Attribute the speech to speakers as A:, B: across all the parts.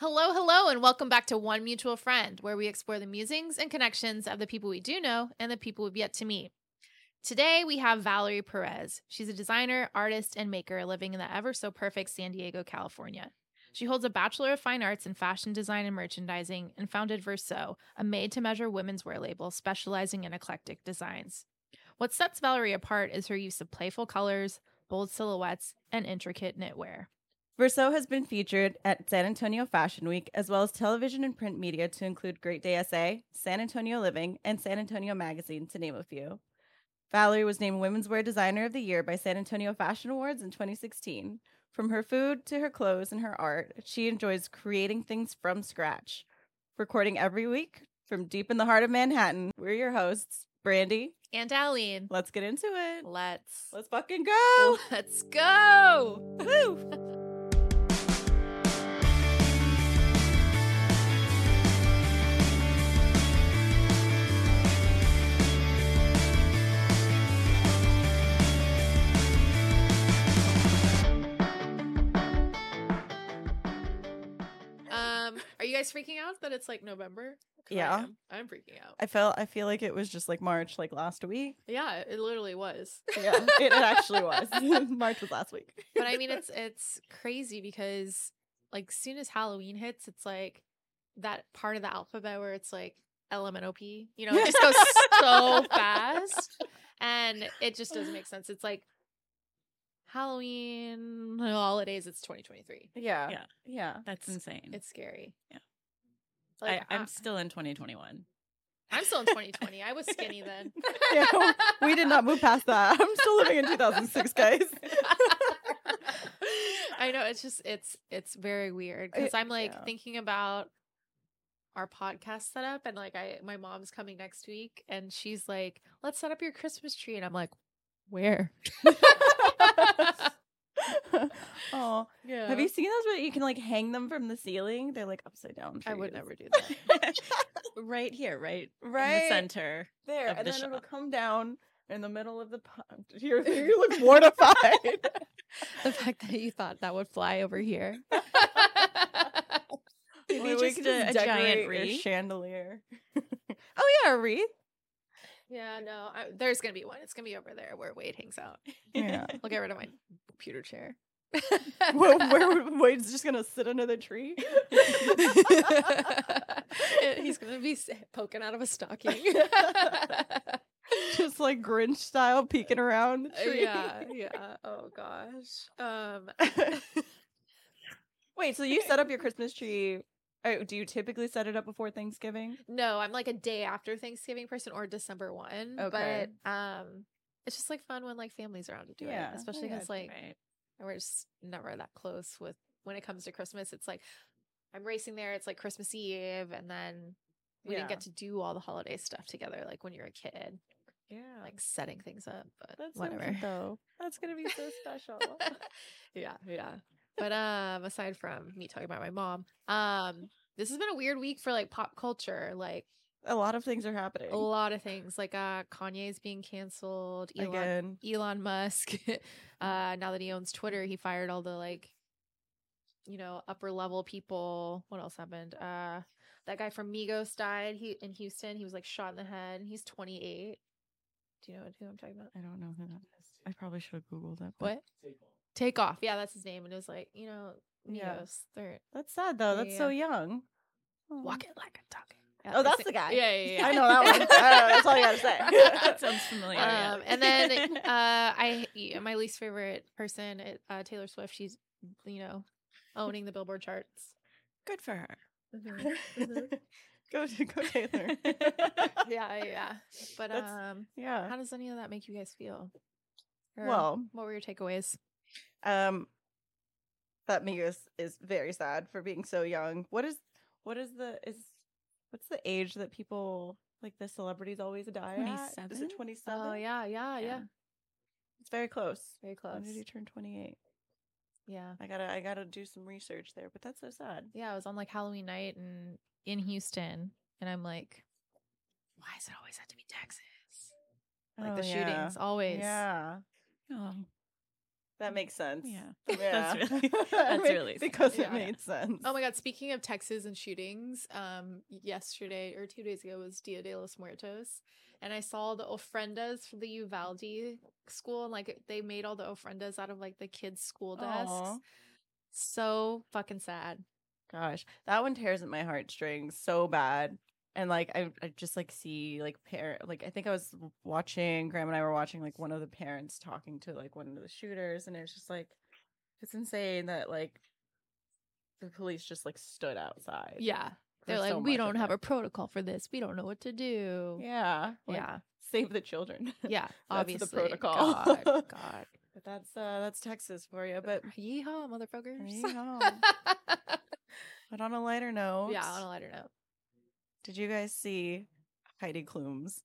A: Hello, hello, and welcome back to One Mutual Friend, where we explore the musings and connections of the people we do know and the people we've yet to meet. Today, we have Valerie Perez. She's a designer, artist, and maker living in the ever so perfect San Diego, California. She holds a Bachelor of Fine Arts in Fashion Design and Merchandising and founded Verso, a made to measure women's wear label specializing in eclectic designs. What sets Valerie apart is her use of playful colors, bold silhouettes, and intricate knitwear.
B: Verso has been featured at San Antonio Fashion Week, as well as television and print media to include Great Day SA, San Antonio Living, and San Antonio Magazine, to name a few. Valerie was named Women's Wear Designer of the Year by San Antonio Fashion Awards in 2016. From her food to her clothes and her art, she enjoys creating things from scratch. Recording every week from deep in the heart of Manhattan, we're your hosts, Brandy.
A: And Aline,
B: Let's get into it.
A: let's.
B: Let's fucking go.
A: Let's go.
B: Woo!
A: Um, are you guys freaking out that it's like November? 'Cause I
B: Yeah.
A: am. I'm freaking out.
B: I felt I feel like it was just like March, like last week.
A: Yeah, it literally was.
B: Yeah, it, it actually was. March was last week.
A: But I mean, it's it's crazy because like soon as Halloween hits, it's like that part of the alphabet where it's like LMNOP. You know, it just goes so fast, and it just doesn't make sense. It's like Halloween holidays. It's 2023.
B: Yeah,
C: Yeah.
B: yeah.
C: That's insane.
A: It's scary.
C: Yeah.
A: Like,
B: uh,
C: I, I'm
A: I-
C: still in 2021.
A: I'm still in 2020. I was skinny then.
B: Yeah, We did not move past that. I'm still living in 2006, guys.
A: I know it's just it's it's very weird because
B: I-
A: I'm like
B: yeah.
A: thinking about our podcast setup and like I my mom's coming next week and she's like, "Let's set up your Christmas tree," and I'm like, "Where?"
B: oh,
A: Yeah.
B: have you seen those where you can like hang them from the ceiling? They're like upside down. I'm sure
A: I
B: you
A: would
B: guys-
A: never do that.
C: right here, right, in
B: Right
C: the center.
B: there,
C: of
B: and
C: the
B: then it'll
C: shop.
B: come down in the middle of the. pond. you you look mortified.
A: the fact that you thought that would fly over here.
B: Maybe
C: Or
B: we
C: just
B: could
C: a-
B: just
C: a
B: decorate
C: giant
B: your
C: wreath.
B: chandelier. oh yeah, a wreath.
A: yeah, no, I, there's gonna be one. It's gonna be over there where Wade hangs out.
B: Yeah.
A: I'll get rid of my computer chair.
B: Whoa, where would- Wade's just gonna sit under the tree?
A: He's gonna be s- poking out of a stocking.
B: just like Grinch style peeking around the tree.
A: yeah, yeah. Oh gosh. Um,
B: Wait, so you set up your Christmas tree. Oh, do you typically set it up before Thanksgiving?
A: no, I'm like a day after Thanksgiving person or December one.
B: Okay.
A: But um, it's just like fun when like families around to do
B: Yeah,
A: it, especially
B: yeah,
A: because like
C: right.
A: we're just never that close with when it comes to Christmas. It's like I'm racing there. It's like Christmas Eve, and then we didn't
B: Yeah.
A: get to do all the holiday stuff together like when you're a kid.
B: Yeah.
A: like setting things up, but
B: That's
A: whatever.
B: though. That's gonna be so special.
A: yeah, yeah. But um, aside from me talking about my mom, um, this has been a weird week for like pop culture. Like
B: a lot of things are happening.
A: a lot of things, like uh, Kanye's being canceled. Elon
B: Again.
A: Elon Musk. uh, now that he owns Twitter, he fired all the like, you know, upper level people. What else happened? Uh, that guy from Migos died. He in Houston. He was like shot in the head. and He's 28. Do you know who I'm talking about?
B: I don't know who that is. I probably should have Googled it. but-
A: What? Take off. Yeah, that's his name. And it was like, you know, Migos.
B: Yeah.
A: They're
B: That's sad though. That's so
A: Yeah.
B: young. Oh.
A: walking like a talking.
B: Oh, that's the guy.
A: Yeah, yeah, yeah.
B: I know that one. I know, that's all you gotta say.
C: that sounds familiar. yeah.
A: Um, and then uh, I, yeah, my least favorite person, it- uh, Taylor Swift. She's, you know, owning the Billboard charts.
C: good for her.
B: go to go Taylor.
A: yeah, yeah. But
B: That's-
A: um,
B: yeah.
A: how does any of that make you guys feel? Or
B: Well,
A: what were your takeaways?
B: um, that Migos is very sad for being so young. What is what is the is what's the age that people like the celebrities always die at? Is
C: 27?
B: it twenty seven?
A: Oh yeah, yeah, yeah,
C: Yeah.
B: it's very close.
A: Very close.
B: When did he turn twenty eight?
A: Yeah,
B: I gotta I gotta do some research there, but that's so sad.
A: yeah. It was on like Halloween night and in Houston, and I'm like, why does it always have to be Texas? Like the
B: Oh, yeah.
A: shootings, always.
B: Yeah,
C: Oh,
B: That makes sense.
C: Yeah.
B: Yeah.
C: That's really- that's really
B: because
A: sense.
B: it
A: Yeah.
B: made sense.
A: Oh my God! Speaking of Texas and shootings, um, yesterday or two days ago was Dia de los Muertos, and I saw the ofrendas for the Uvalde school, and like they made all the ofrendas out of like the kids' school desks.
B: Aw.
A: So fucking sad.
B: Gosh, that one tears at my heartstrings so bad. And like I, I just like see like parent like I think I was watching Graham and I were watching like one of the parents talking to like one of the shooters and it's just like it's insane that like the police just like stood outside.
A: Yeah,
B: for
A: they're like,
B: so
A: we
B: much of
A: don't have
B: it."
A: a protocol for this. We don't know what to do.
B: Yeah. like,
A: yeah,
B: Save the children.
A: yeah.
B: the
A: obviously,
B: protocol.
A: God, God.
B: But that's uh that's Texas for you. But
A: yeehaw, motherfuckers.
B: Yeehaw. but on a lighter note,
A: yeah, on a lighter note,
B: did you guys see Heidi Klum's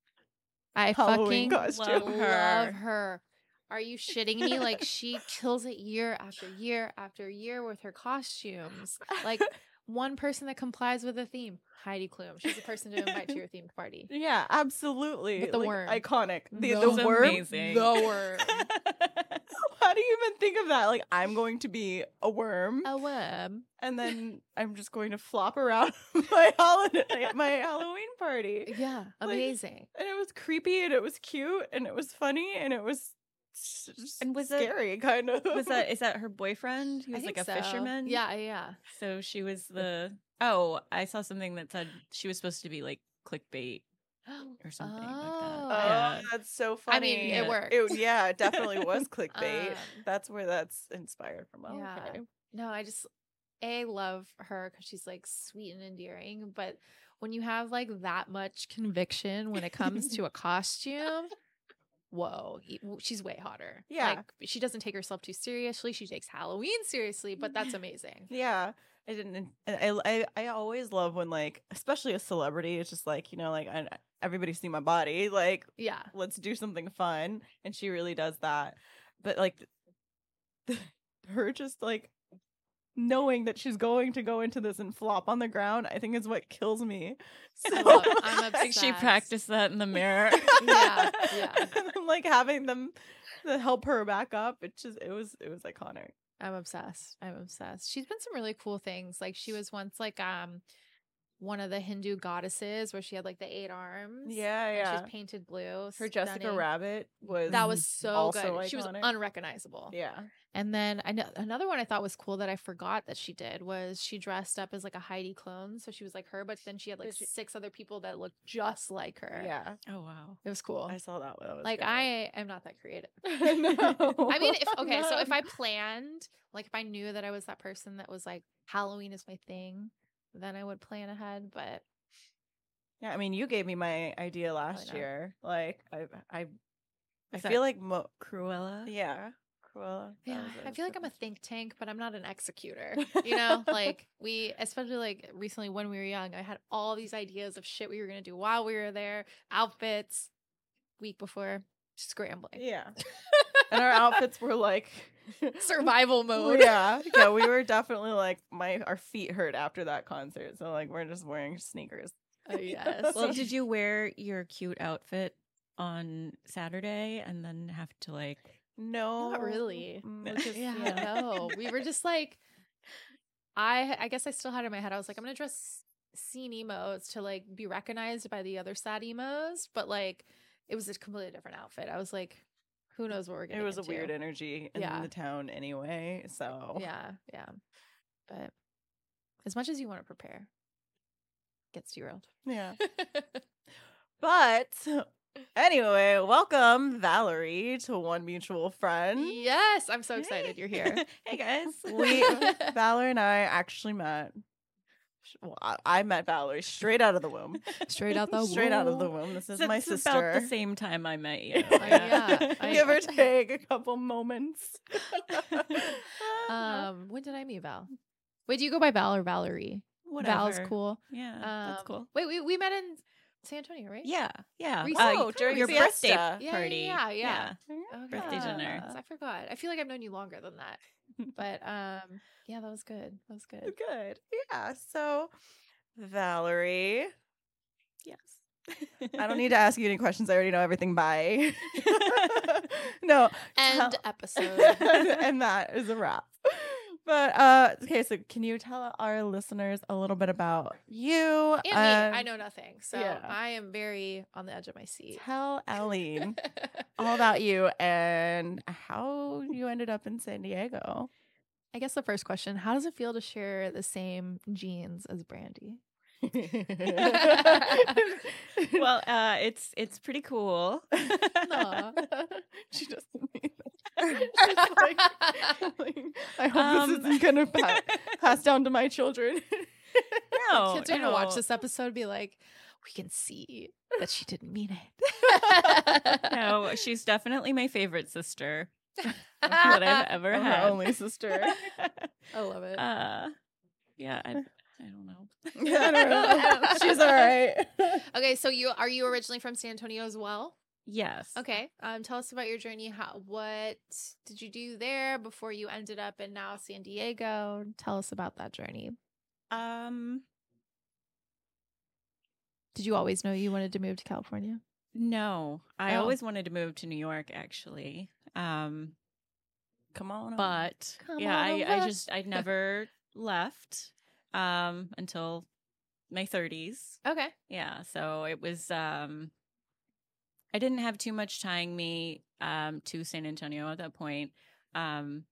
A: I
B: Halloween
A: fucking
B: costume?
A: love
C: her.
A: her. Are you shitting me? Like she kills it year after year after year with her costumes. Like one person that complies with a theme, Heidi Klum. She's a person to invite to your themed party.
B: Yeah, absolutely.
A: With the
B: Like,
A: worm.
B: Iconic. The,
A: The
B: the
A: worm.
B: worm.
C: Amazing.
B: The worm. How do you even think of that? Like, I'm going to be a worm,
A: A worm.
B: and then I'm just going to flop around my holiday, my Halloween party.
A: Yeah,
B: Like-
A: amazing.
B: And it was creepy, and it was cute, and it was funny, and it was s- s-
C: And was that-
B: scary, kind of.
C: was that is that her boyfriend? He
A: I
C: was like a
A: think so.
C: fisherman.
A: Yeah, yeah.
C: So she was the oh, I saw something that said she was supposed to be like clickbait or something
A: Oh.
B: Oh,
C: like that.
B: that's so funny.
A: I mean, it worked.
B: yeah, it definitely was clickbait.
A: Um,
B: that's where that's inspired from. Oh,
A: yeah.
B: Okay.
A: No, I just a love her because she's like sweet and endearing. But when you have like that much conviction when it comes to a costume, whoa, y- w- she's way hotter.
B: Yeah.
A: like she doesn't take herself too seriously. She takes Halloween seriously, but that's amazing.
B: Yeah. I didn't. and I, I I always love when like, especially a celebrity, it's just like you know, like I, everybody's seen my body. Like,
A: Yeah,
B: let's do something fun, and she really does that. But like, her just like knowing that she's going to go into this and flop on the ground, I think is what kills me.
A: I
B: So
A: love, I'm
B: much.
A: obsessed.
C: Like she practiced that in the mirror.
A: Yeah, yeah.
B: And then, like having them to help her back up. It just it was it was iconic.
A: I'm obsessed. I'm obsessed. She's been some really cool things. Like she was once like um one of the Hindu goddesses where she had like the eight arms.
B: Yeah,
A: and
B: yeah.
A: She's painted blue.
B: Her Jessica
A: stunning.
B: Rabbit was
A: That was so good.
B: also
A: She was
B: iconic.
A: unrecognizable.
B: yeah.
A: And then I know another one I thought was cool that I forgot that she did was she dressed up as like a Heidi clone. So she was like her, but then she had like
B: Did she-
A: six other people that looked just like her.
B: Yeah,
C: oh wow.
A: It was cool.
B: I saw that one. That was
A: like
B: good.
A: I am not that creative.
B: no.
A: I mean, if okay, so if
B: No.
A: I planned, like if I knew that I was that person that was like Halloween is my thing, then I would plan ahead. But
B: yeah, I mean, you gave me my idea last
A: not.
B: year. Like I, I, I
C: Is that
B: feel like mo-
C: Cruella.
B: yeah, Cruella. that
A: yeah,
B: was
A: I feel like
B: good
A: I'm a
B: one.
A: think tank, but I'm not an executor. You know, like we, especially like recently when we were young, I had all these ideas of shit we were gonna do while we were there, outfits. Week before, scrambling,
B: Yeah, and our outfits were like
A: survival mode.
B: Yeah, yeah, we were definitely like my our feet hurt after that concert, so like we're just wearing sneakers.
A: Oh, yes.
C: Well, did you wear your cute outfit on Saturday and then have to like
B: No,
A: Not really.
B: Mm,
C: No.
B: just-
A: yeah,
B: yeah.
A: no. We were just like, I I guess I still had in my head. I was like, I'm gonna dress scene emos to like be recognized by the other sad emos, but like it was a completely different outfit. I was like, who knows what we're getting?
B: It was a
A: into.
B: weird energy in
A: Yeah.
B: the town anyway. So
A: Yeah, yeah. But as much as you want to prepare, gets derailed.
B: yeah. But anyway, welcome Valerie to One Mutual Friend.
A: yes, I'm so excited you're here.
C: hey guys.
B: We Valerie and I actually met. Well, I, I met Valerie straight out of the womb.
A: Straight out the
B: straight out of the
A: womb.
B: womb. This is
C: That's
B: my sister.
C: About the same time I met you.
A: Oh, yeah. I-
B: Give or take a couple moments.
A: Um, when did I meet Val? Wait, do you go by Val or Valerie? Val's
C: Whatever.
A: cool.
C: Yeah, that's
A: Um,
C: cool.
A: Wait, we we met in San Antonio, right?
C: Yeah, yeah.
A: Recent-
C: Uh,
A: Oh, during
C: your birthday
B: Fiesta.
A: Yeah,
C: party.
A: yeah, yeah. Oh,
C: Birthday dinner.
A: yes, I forgot. I feel like I've known you longer than that. But um, yeah, that was good. That was
B: Oh,
A: good.
B: Good. Yeah. So, Valerie,
C: Yes.
B: I don't need to ask you any questions. I already know everything. Bye. no,
A: End
B: Tell-
A: episode.
B: and that is a wrap. But uh, okay, so can you tell our listeners a little bit about you?
A: And
B: Um,
A: me, I know nothing. So
B: yeah.
A: I am very on the edge of my seat.
B: Tell Aline all about you and how you ended up in San Diego.
A: I guess the first question How does it feel to share the same genes as Brandy?
B: well,
C: well, uh, it's it's pretty cool.
A: Aw.
B: she doesn't mean that. She's like, I hope
C: Um,
B: this isn't gonna pa- pass down to my children.
C: no,
A: Kids are going to
C: Oh, no.
A: watch this episode and be like, we can see that she didn't mean it.
C: No, she's definitely my favorite sister that I've ever
B: I'm
C: had.
B: her only sister.
A: I love it.
C: uh, yeah, I, I don't know.
B: I don't know. She's all right.
A: okay, so you are you originally from San Antonio as well?
C: Yes.
A: Okay. Um, tell us about your journey. How what did you do there before you ended up in now San Diego? Tell us about that journey.
C: Um.
A: Did you always know you wanted to move to California?
C: No, I
A: Oh.
C: always wanted to move to New York. Actually. Um.
B: Come on.
C: but
A: Come
C: yeah,
A: on
C: I, I
A: over.
C: just I never left um until my 30s.
A: Okay.
C: Yeah, so it was um I didn't have too much tying me um to San Antonio at that point. Um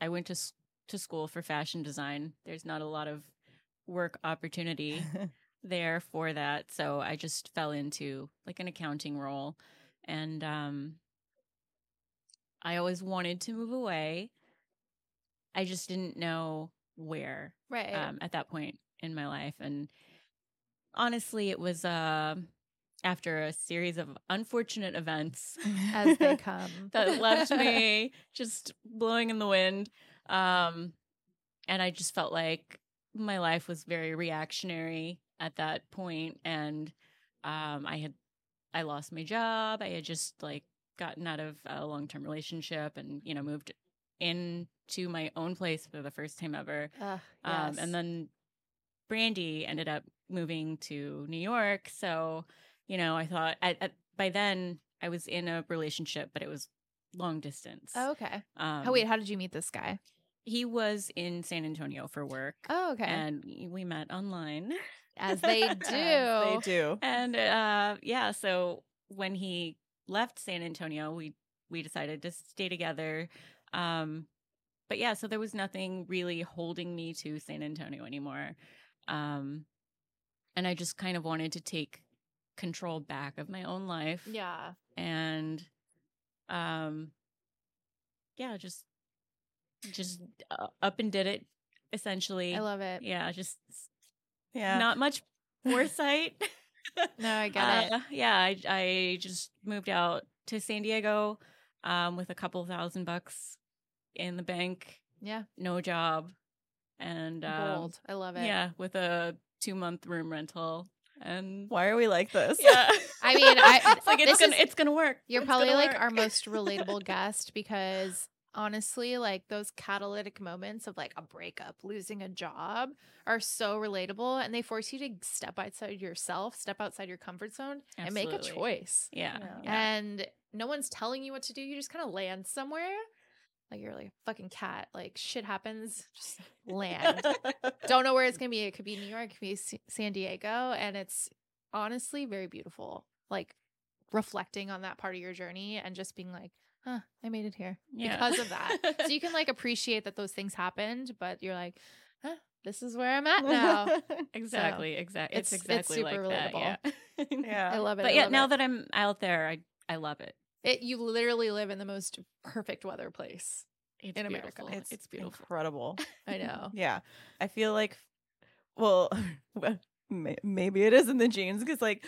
C: I went to s- to school for fashion design. There's not a lot of work opportunity there for that. So I just fell into like an accounting role. And um I always wanted to move away. I just didn't know where
A: Right.
C: um, at that point in my life. And honestly, it was uh, after a series of unfortunate events
A: As they come.
C: that left me just blowing in the wind. Um, and I just felt like my life was very reactionary at that point, and um, I had I lost my job. I had just like gotten out of a long term relationship, and you know moved into my own place for the first time ever.
A: Ugh,
C: Um,
A: yes.
C: and then Brandy ended up moving to New York. So, you know, I thought at, at, by then I was in a relationship, but it was long distance.
A: Oh, okay.
C: um,
A: oh wait, how did you meet this guy?
C: he was in San Antonio for work.
A: Oh okay.
C: And we met online.
A: As they do.
C: As
B: they do.
C: And uh, yeah, so when he left San Antonio, we we decided to stay together. Um, but yeah, so there was nothing really holding me to San Antonio anymore. Um, and I just kind of wanted to take control back of my own life.
A: Yeah.
C: And um, yeah, just just uh, up and did it essentially.
A: I love it.
C: yeah, just
B: Yeah.
C: not much foresight.
A: No, I got it.
C: Uh, Yeah, I, I just moved out to San Diego um, with a couple thousand bucks in the bank,
A: Yeah.
C: no job, and um,
A: Bold. I love it.
C: yeah, with a two month room rental. And
B: Why are we like this?
C: yeah,
A: I mean, I-
C: it's like it's
A: this
C: gonna
A: is-
C: it's gonna work.
A: You're
C: It's
A: probably
C: gonna
A: like
C: work.
A: our most relatable guest because honestly, like those catalytic moments of like a breakup, losing a job are so relatable and they force you to step outside yourself, step outside your comfort zone and make a
C: Absolutely.
A: choice.
C: Yeah,
B: Yeah.
C: yeah.
A: And no one's telling you what to do. You just kind of land somewhere. Like you're like a fucking cat. Like shit happens, just land. Don't know where it's going to be. It could be New York, it could be S- San Diego. And it's honestly very beautiful. Like reflecting on that part of your journey and just being like, huh, I made it here
C: Yeah.
A: because of that. so you can like appreciate that those things happened, but you're like, huh, this is where I'm at now.
C: exactly, exactly. It's,
A: it's- it's
C: exactly
A: super
C: like that. Yeah.
B: yeah.
A: I love it. I
C: But yeah,
A: love
C: now
A: it.
C: that I'm out there, I I love it.
A: it, you literally live in the most perfect weather place.
C: It's
A: In America.
C: beautiful.
A: It's
C: beautiful.
B: Incredible.
A: I know.
B: Yeah. I feel like, well, may- maybe it is in the genes because, like,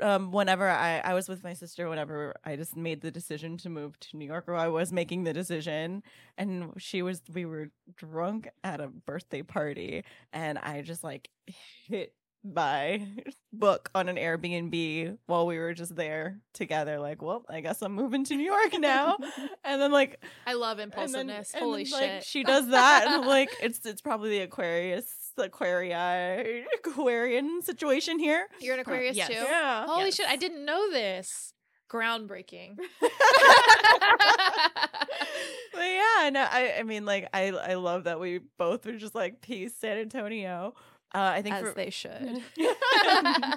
B: um, whenever I, I was with my sister, whenever I just made the decision to move to New York, or I was making the decision, and she was, we were drunk at a birthday party, and I just like hit my book on an Airbnb while we were just there together. Like, well, I guess I'm moving to New York now. and then, like,
A: I love
B: and then-
A: impulsiveness.
B: and
A: Holy
B: then,
A: shit.
B: Like, she does that, and I'm like, it's it's probably the Aquarius Aquaria, Aquarian situation here.
A: You're an Aquarius
C: yes.
A: too?
B: Yeah.
A: Holy
C: Yes.
A: shit, I didn't know this. Groundbreaking.
B: But yeah, no, I, I mean, like, I, I love that we both were just like, peace, San Antonio. Uh, I think
A: As
B: for,
A: they should.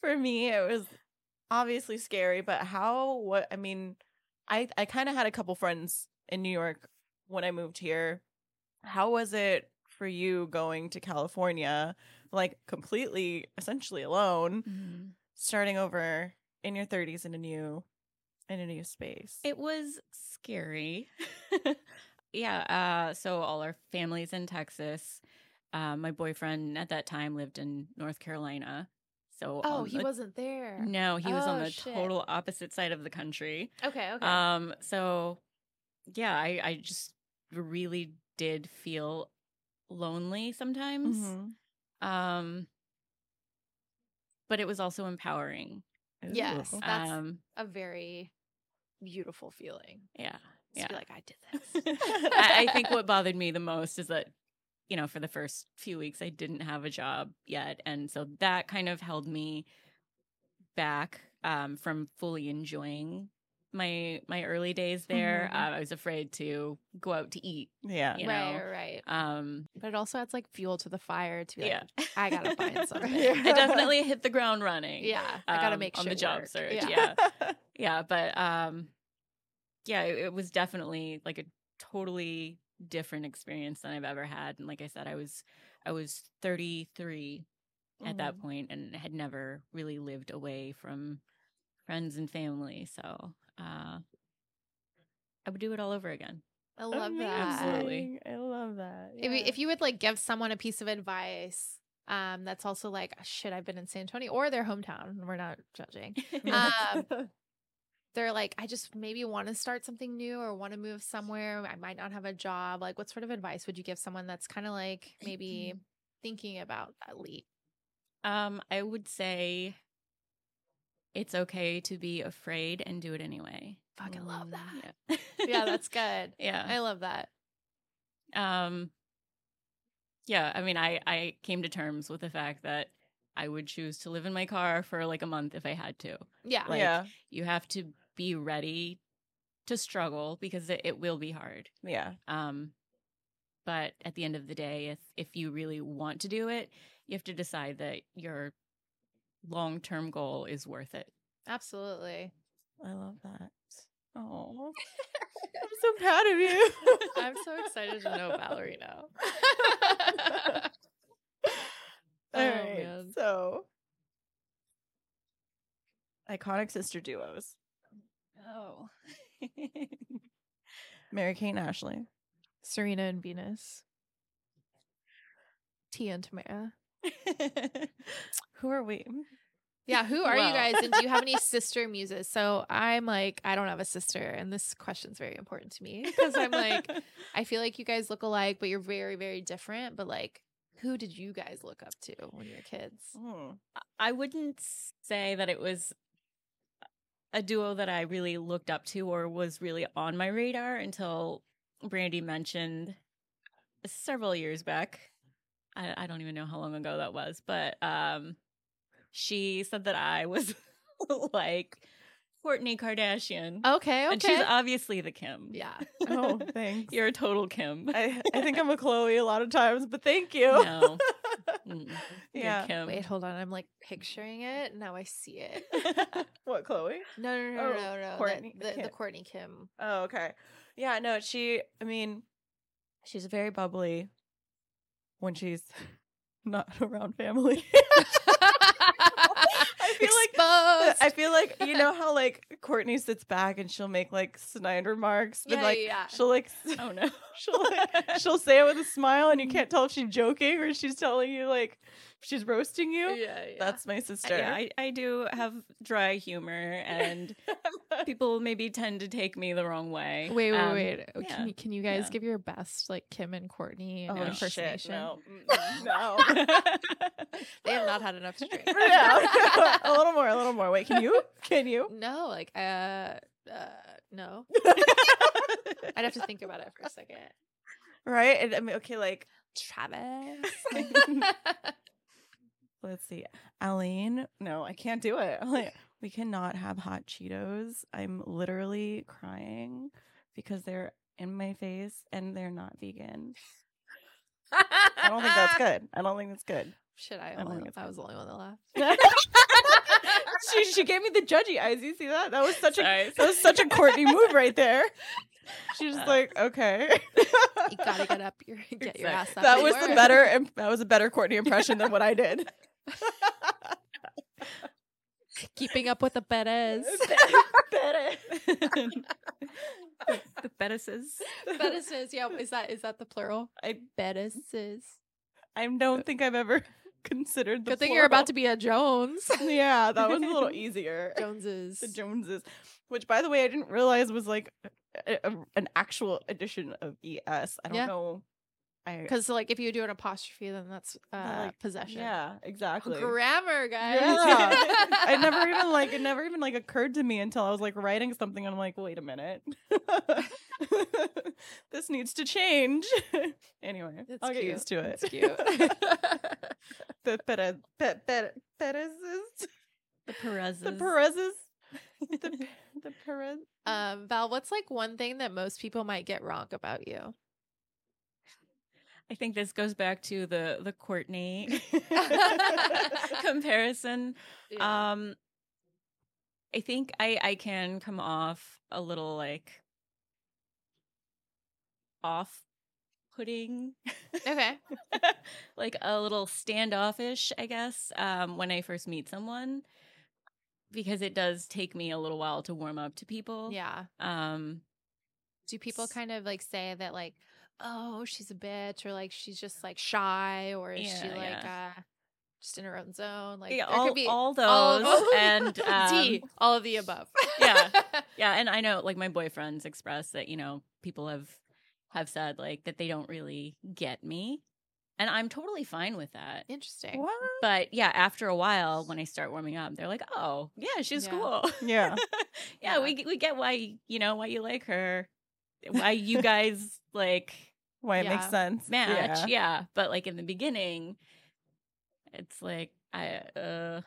B: for me, it was obviously scary, but how, what, I mean, I, I kind of had a couple friends in New York when I moved here. How was it for you going to California, like, completely, essentially alone,
A: Mm-hmm.
B: starting over in your 30s in a new, in a new space?
C: It was scary. yeah. Uh, so all our families in Texas. Uh, my boyfriend at that time lived in North Carolina. So
A: Oh,
C: on
A: he
C: the-
A: wasn't there.
C: No, he was on
A: Oh,
C: the
A: shit.
C: total opposite side of the country.
A: Okay, okay.
C: Um, so yeah, I, I just really did feel lonely sometimes.
B: Mhm.
A: Mm-hmm.
C: Um, but it was also empowering.
A: Yes.
B: Ooh.
A: That's-
C: um,
A: a very beautiful feeling.
C: yeah,
A: Just
C: yeah.
A: be like, I did this.
C: I, I think what bothered me the most is that, you know, for the first few weeks, I didn't have a job yet. And so that kind of held me back um, from fully enjoying my my early days there.
B: Mhm.
A: Mm-hmm.
C: Uh, I was afraid to go out to eat.
B: Yeah.
C: you
A: right,
C: know.
A: right.
C: Um,
A: But it also adds like fuel to the fire to be
C: yeah.
A: like, I gotta find something.
B: Yeah.
C: I definitely hit the ground running.
A: Yeah, I gotta
C: um,
A: make
C: on the
A: shit
C: job
A: work.
C: search.
A: Yeah.
C: Yeah. yeah but um yeah it, it was definitely like a totally different experience than i've ever had and like i said i was i was 33 at
A: Mm-hmm.
C: that point and had never really lived away from friends and family so uh i would do it all over again
A: I love that.
C: Absolutely.
B: I love that.
A: If, you,
B: yeah.
A: if you would like give someone a piece of advice, um, that's also like, "Oh, shit, I've been in San Antonio or their hometown. We're not judging. Um, they're like, I just maybe want to start something new or want to move somewhere. I might not have a job. Like, what sort of advice would you give someone that's kind of like maybe thinking about that leap?
C: um i would say it's okay to be afraid and do it anyway Mm,
A: Fucking love that.
C: yeah,
A: Yeah, that's good.
C: yeah
A: I love that.
C: um yeah i mean i i came to terms with the fact that i would choose to live in my car for like a month if i had to
A: Yeah.
C: like-
B: yeah.
C: you have to be ready to struggle because it, it will be hard
B: Yeah.
C: um but at the end of the day if if you really want to do it you have to decide that your long-term goal is worth it
A: Absolutely.
B: I love that. Oh. I'm so proud of you.
A: I'm so excited to know Valerie now.
B: All
A: Oh,
B: right,
A: man.
B: So iconic sister duos.
C: oh
B: Mary Kate and Ashley.
A: Serena and Venus. Tia and Tamara.
B: Who are we?
A: Yeah, who are
C: Wow.
A: you guys? And do you have any sister muses? So I'm like, I don't have a sister, and this question's very important to me because I'm like, I feel like you guys look alike, but you're very, very different. But like, who did you guys look up to when you were kids?
B: Hmm.
C: I wouldn't say that it was a duo that I really looked up to or was really on my radar until Brandy mentioned several years back. I, I don't even know how long ago that was, but um, she said that I was like Courtney Kardashian.
A: Okay,
C: And she's
A: Oh, okay.
C: obviously the Kim.
A: Yeah.
B: Oh, thanks.
C: You're a total Kim.
B: I, I think I'm a Chloe a lot of times, but thank you.
C: No. Mm-mm.
B: Yeah.
C: You're
B: um,
C: Kim.
A: Wait, hold on. I'm like picturing it. Now I see it.
B: what, Chloe?
A: No, no, no,
B: Oh,
A: no, no, no.
B: Courtney-
A: the, the, the
B: Kim.
A: Courtney Kim.
B: Oh, okay. Yeah, no, she, I mean, she's very bubbly when she's not around family. I feel like.
A: Exposed.
B: I feel like you know how like Courtney sits back and she'll make like snide remarks, but
A: Yeah,
B: like
A: yeah, yeah.
B: she'll like
C: oh no.
B: she'll like, she'll say it with a smile, and you
A: Mm-hmm.
B: can't tell if she's joking or she's telling you like she's roasting you.
A: yeah, yeah.
B: That's my sister.
C: Yeah, I, I do have dry humor, and people maybe tend to take me the wrong way.
A: Wait, wait,
C: Um,
A: wait. Oh,
C: yeah.
A: Can you can you guys
C: yeah.
A: give your best like Kim and Courtney
B: oh
A: impersonation?
B: shit! No, Mm-mm, no.
A: They have not had enough to drink.
B: yeah. a little more, a little more. Wait, can you? Can you?
A: no, like uh, uh no. I'd have to think about it for a second.
B: right? And I mean, okay, like
A: Travis.
B: Let's see. Aline. No, I can't do it. Like, we cannot have hot Cheetos. I'm literally crying because they're in my face and they're not vegan. I don't think that's good. I don't think that's good.
A: Should
B: I
A: I?
B: don't
A: only-
B: think it's
A: I was the only one that laughed.
B: she, she gave me the judgy eyes. You see that? That was such a
C: Sorry.
B: that was such a Courtney move right there. She was
C: Uh,
B: like, okay.
A: You gotta get up. Your, get your
C: Exactly.
A: ass up.
B: that
A: and
B: was the
A: work.
B: better im- that was a better Courtney impression than what I did.
A: Keeping up with the Perez.
B: better.
C: the fetuses.
A: Fetuses. Yeah. Is that is that the plural?
B: I
A: Fetuses.
B: I don't think I've ever considered the
A: Good thing you're about to
B: plural.
A: be a Jones.
B: Yeah, that was a little easier.
A: Joneses.
B: the Joneses, which by the way I didn't realize was like a, a- an actual edition of ES. I don't
A: Yeah.
B: know. I
A: Because like if you do an apostrophe, then that's uh,
B: like,
A: possession.
B: yeah, exactly.
A: Grammar, guys.
B: Yeah. I never even like it never even like occurred to me until I was like writing something and I'm like, wait a minute. this needs to change. anyway,
A: That's
B: I'll get
A: cute.
B: used to it.
A: That's cute.
B: the Perez, Pe- Pe- Perez's,
C: The Perezes.
B: the Perez's, the, the Perez.
A: um, Val, what's like one thing that most people might get wrong about you?
C: I think this goes back to the the Courtney comparison. Um I think I I can come off a little like off putting
A: okay.
C: like a little standoffish, I guess, um, when I first meet someone, because it does take me a little while to warm up to people.
A: Yeah.
C: Um,
A: Do people
C: S-
A: kind of like say that like, oh, she's a bitch, or like she's just like shy, or is she
C: Yeah,
A: like uh just in her own zone? Like
C: yeah,
A: there
C: all,
A: could be
C: all those
A: all of-
C: and um,
A: D, all of the above.
C: Yeah. yeah, and I know like my boyfriends express that you know people have have said like that they don't really get me, and I'm totally fine with that.
A: Interesting.
B: What?
C: But yeah, after a while, when I start warming up, they're like, "Oh, yeah, she's
A: Yeah.
C: cool."
B: Yeah.
C: yeah, we we get why you know why you like her, why you guys like
B: Why it
A: Yeah.
B: makes sense. Yeah.
C: match. Yeah. but like in the beginning, it's like I uh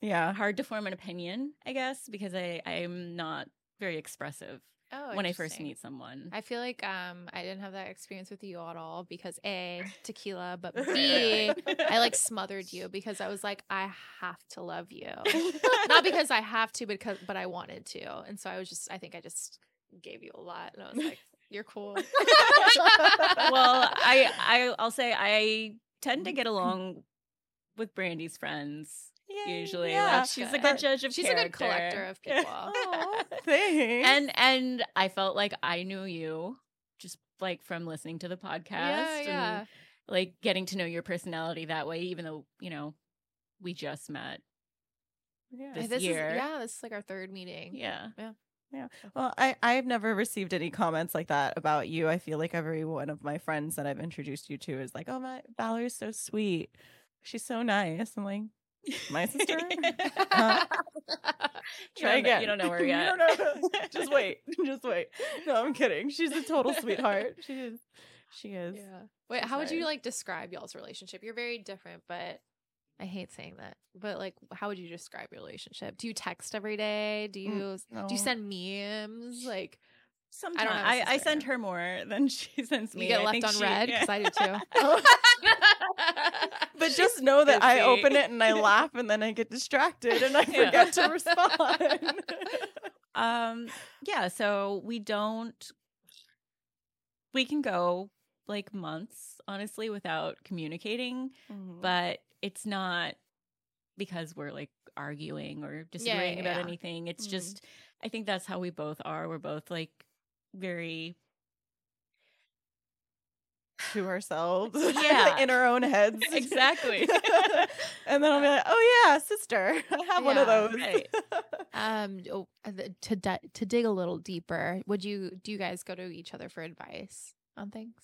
B: Yeah.
C: hard to form an opinion, I guess, because I I'm not very expressive
A: Oh,
C: when I first
A: interesting.
C: meet someone.
A: I feel like um I didn't have that experience with you at all because a tequila, but
B: Right,
A: b
B: right.
A: I like smothered you because I was like I have to love you, not because I have to, but because but I wanted to, and so I was just I think I just gave you a lot, and I was like you're cool. well,
C: well, I, I I'll say I tend
A: Mm.
C: to get along with Brandy's friends usually.
B: Yeah.
C: Like, she's a
A: good.
C: good judge of
A: she's a good collector
C: character.
A: of people.
B: Aw, thanks.
C: and and I felt like I knew you just like from listening to the podcast
A: yeah,
C: and
A: yeah.
C: like getting to know your personality that way, even though you know we just met.
B: Yeah.
C: this
A: this
C: year.
A: is yeah, this is like our third meeting.
C: Yeah,
B: Well, I, I've never received any comments like that about you. I feel like every one of my friends that I've introduced you to is like, oh, my Valerie's so sweet. She's so nice. I'm like, my sister? Huh? Try
C: you don't know-
B: again.
C: you don't know her
B: You
C: yet.
B: don't know. Just wait. Just wait. No, I'm kidding. She's a total sweetheart. She is. She is.
A: Yeah. Wait,
B: She's
A: how would you
B: nice.
A: like describe y'all's relationship? You're very different, but I hate saying that. But like, how would you describe your relationship? Do you text every day?
C: Mm,
A: Do you do
B: No.
A: you send memes? Like,
C: Sometimes
A: have a
C: I, I
A: sister.
C: send her more than she sends
A: you
C: me.
A: get
C: I
A: left
C: think
A: on
C: she-
A: red because I do
B: Oh,
A: too.
B: But just know that I
C: busy.
B: open it and I laugh and then I get distracted and I
C: Yeah.
B: forget to respond.
C: um yeah so we don't we can go like months honestly without communicating but it's not because we're like arguing or disagreeing
A: yeah,
C: about
A: yeah.
C: anything it's
B: Mhm.
C: just i think that's how we both are we're both like very
B: to ourselves.
C: Yeah.
B: in our own heads.
C: exactly
B: and then I'll be like, oh, yeah, sister. I have one of
A: Yeah,
B: those.
C: right.
A: um, oh, uh, the- to di- to dig a little deeper, would you do you guys go to each other for advice on things?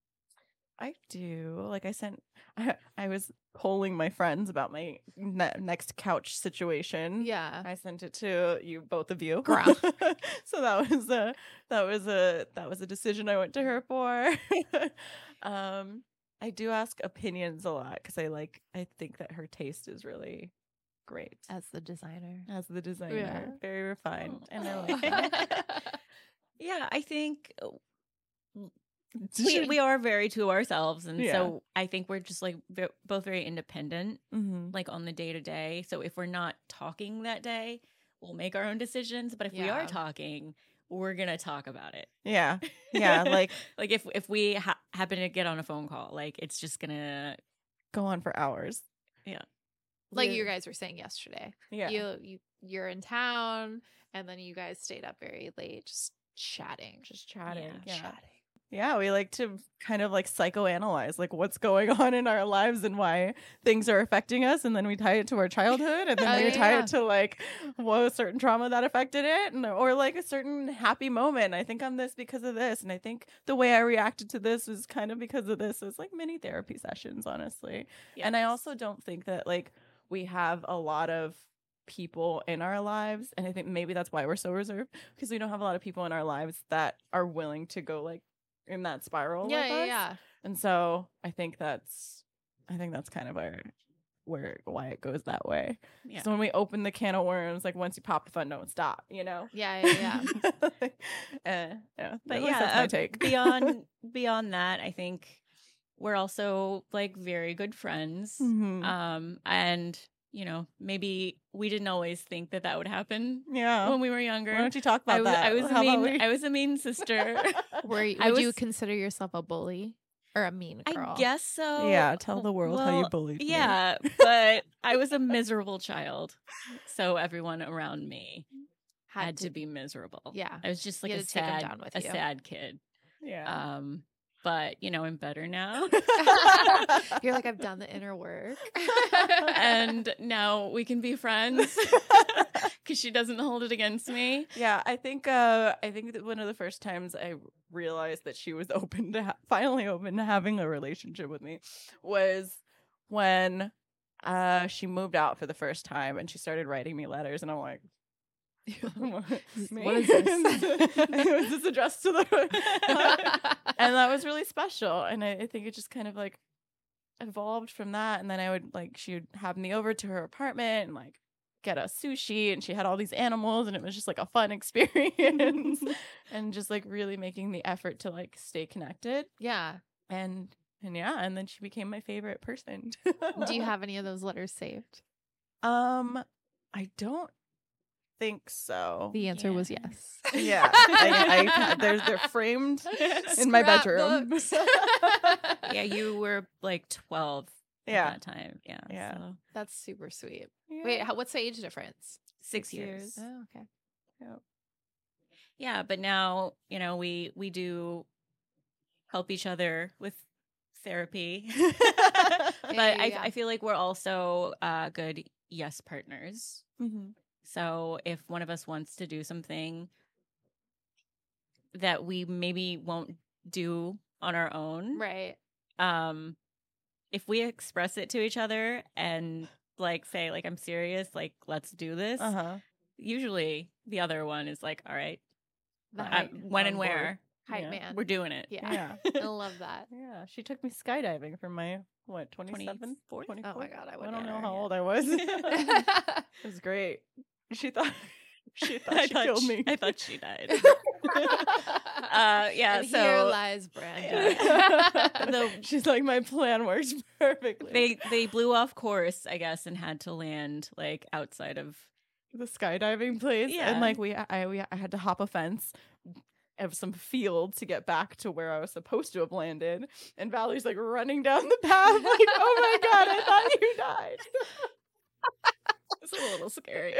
B: I do. Like I sent, I, I was polling my friends about my ne- next couch situation.
A: Yeah.
B: I sent it to you, both of you.
A: Girl.
B: so that was a that was a that was a decision I went to her for. um, I do ask opinions a lot because I like I think that her taste is really great
A: as the designer.
B: as the designer.
A: Yeah.
B: Very refined. And I like that.
A: That's
C: Yeah, I think uh, we we are very to ourselves, and so I think we're just like ve- both very independent,
A: mm-hmm.
B: Mhm.
C: like on the day to day. So if we're not talking that day, we'll make our own decisions. But if we
A: Yeah.
C: are talking, we're gonna talk about it.
B: Yeah. Yeah. Like
C: like if if we ha- happen to get on a phone call, like it's just gonna
B: go on for hours.
A: like you
B: Weird.
A: guys were saying yesterday.
B: Yeah.
A: You you you're in town and then you guys stayed up very late just chatting.
B: just chatting. Yeah.
A: Chatting.
B: Yeah, we like to kind of like psychoanalyze like what's going on in our lives and why things are affecting us, and then we tie it to our childhood, and then
A: Oh,
B: we
A: yeah,
B: tie
A: yeah.
B: it to like what certain trauma that affected it, and or like a certain happy moment. I think I'm this because of this, and I think the way I reacted to this was kind of because of this. It's like mini therapy sessions, honestly. And I
C: Yes.
B: also don't think that like we have a lot of people in our lives and I think maybe that's why we're so reserved because we don't have a lot of people in our lives that are willing to go like in that spiral
A: Yeah,
B: with
A: yeah,
B: us.
A: yeah.
B: And so I think that's I think that's kind of our where why it goes that way.
C: yeah.
B: So when we open the can of worms, like once you pop the fun, don't stop, you know?
A: Yeah, yeah, yeah.
B: uh, yeah.
C: but
B: At
C: yeah,
B: least that's my
C: uh,
B: take.
C: beyond beyond that, I think we're also like very good friends.
B: Mhm.
C: Um, and you know, maybe we didn't always think that that would happen
B: yeah.
C: when we were younger.
B: Oh, why don't you talk about
C: I was,
B: that?
C: I was
B: How
C: a
B: about
C: mean,
B: we-
C: I was a mean sister.
A: Were you,
C: I
A: would you
C: was-
A: consider yourself a bully or a mean girl?
C: I guess so.
B: yeah, tell the world how you
C: well,
B: bullied me.
C: Yeah, but I was a miserable child, so everyone around me had, to, be miserable.
A: Yeah.
C: I was just
A: You
C: like a
A: had to take 'em
C: sad,
A: down with
C: a
A: you.
C: sad kid.
B: Yeah.
C: Um, but you know, I'm better now.
B: Uh,
A: You're like I've done the inner work.
C: and now we can be friends because she doesn't hold it against me.
B: yeah, I think uh I think that one of the first times I realized that she was open to ha- finally open to having a relationship with me was when uh she moved out for the first time and she started writing me letters and I'm like what
A: is this?
B: was this addressed to the and that was really special. And I, I think it just kind of like evolved from that. And then I would like she would have me over to her apartment and like get us sushi, and she had all these animals, and it was just like a fun experience. and just like really making the effort to like stay connected.
A: yeah.
B: And and yeah, and then she became my favorite person.
A: Do you have any of those letters saved?
B: Um, I don't think so.
A: The answer was
C: Yeah.
A: yes.
B: yeah, I, I, they're they're framed in my bedroom.
A: Scrapbooks.
C: Yeah, you were like 12 at
B: yeah.
C: that time. Yeah.
B: Yeah.
C: so
A: That's super sweet.
B: Yeah.
A: Wait, how, what's the age difference?
C: six,
B: Six
C: years.
B: years.
C: Uh.
A: Oh, okay.
C: Yeah, but now, you know, we we do help each other with therapy. but
A: yeah,
C: I,
A: yeah.
C: I feel like we're also uh, good yes partners.
B: Mhm.
C: So if one of us wants to do something that we maybe won't do on our own,
A: Right.
C: um, if we express it to each other and like say like I'm serious, like let's do this.
B: Uh-huh.
C: Usually the other one is like, all right,
A: The
C: I-
A: hype,
C: when and
B: on board.
C: where
A: hype
B: yeah.
A: man.
C: we're doing it.
A: yeah.
B: Yeah.
A: I love that.
B: Yeah. She took me skydiving for my what, 27?
C: 24th?
B: 24?
A: Oh my god, I would
B: I don't know
A: never.
B: how old I was.
A: Um,
B: it was great. She thought she thought she killed
C: she-
B: me.
C: I thought she died. uh, yeah.
A: and
C: so
A: here lies Brandon.
B: Yeah. She's like my plan works perfectly.
C: they they blew off course, I guess, and had to land like outside of
B: the skydiving place
C: Yeah.
B: and like we I we I had to hop a fence of some field to get back to where I was supposed to have landed and Valerie's like running down the path like oh my god I thought you died
C: It's a little scary.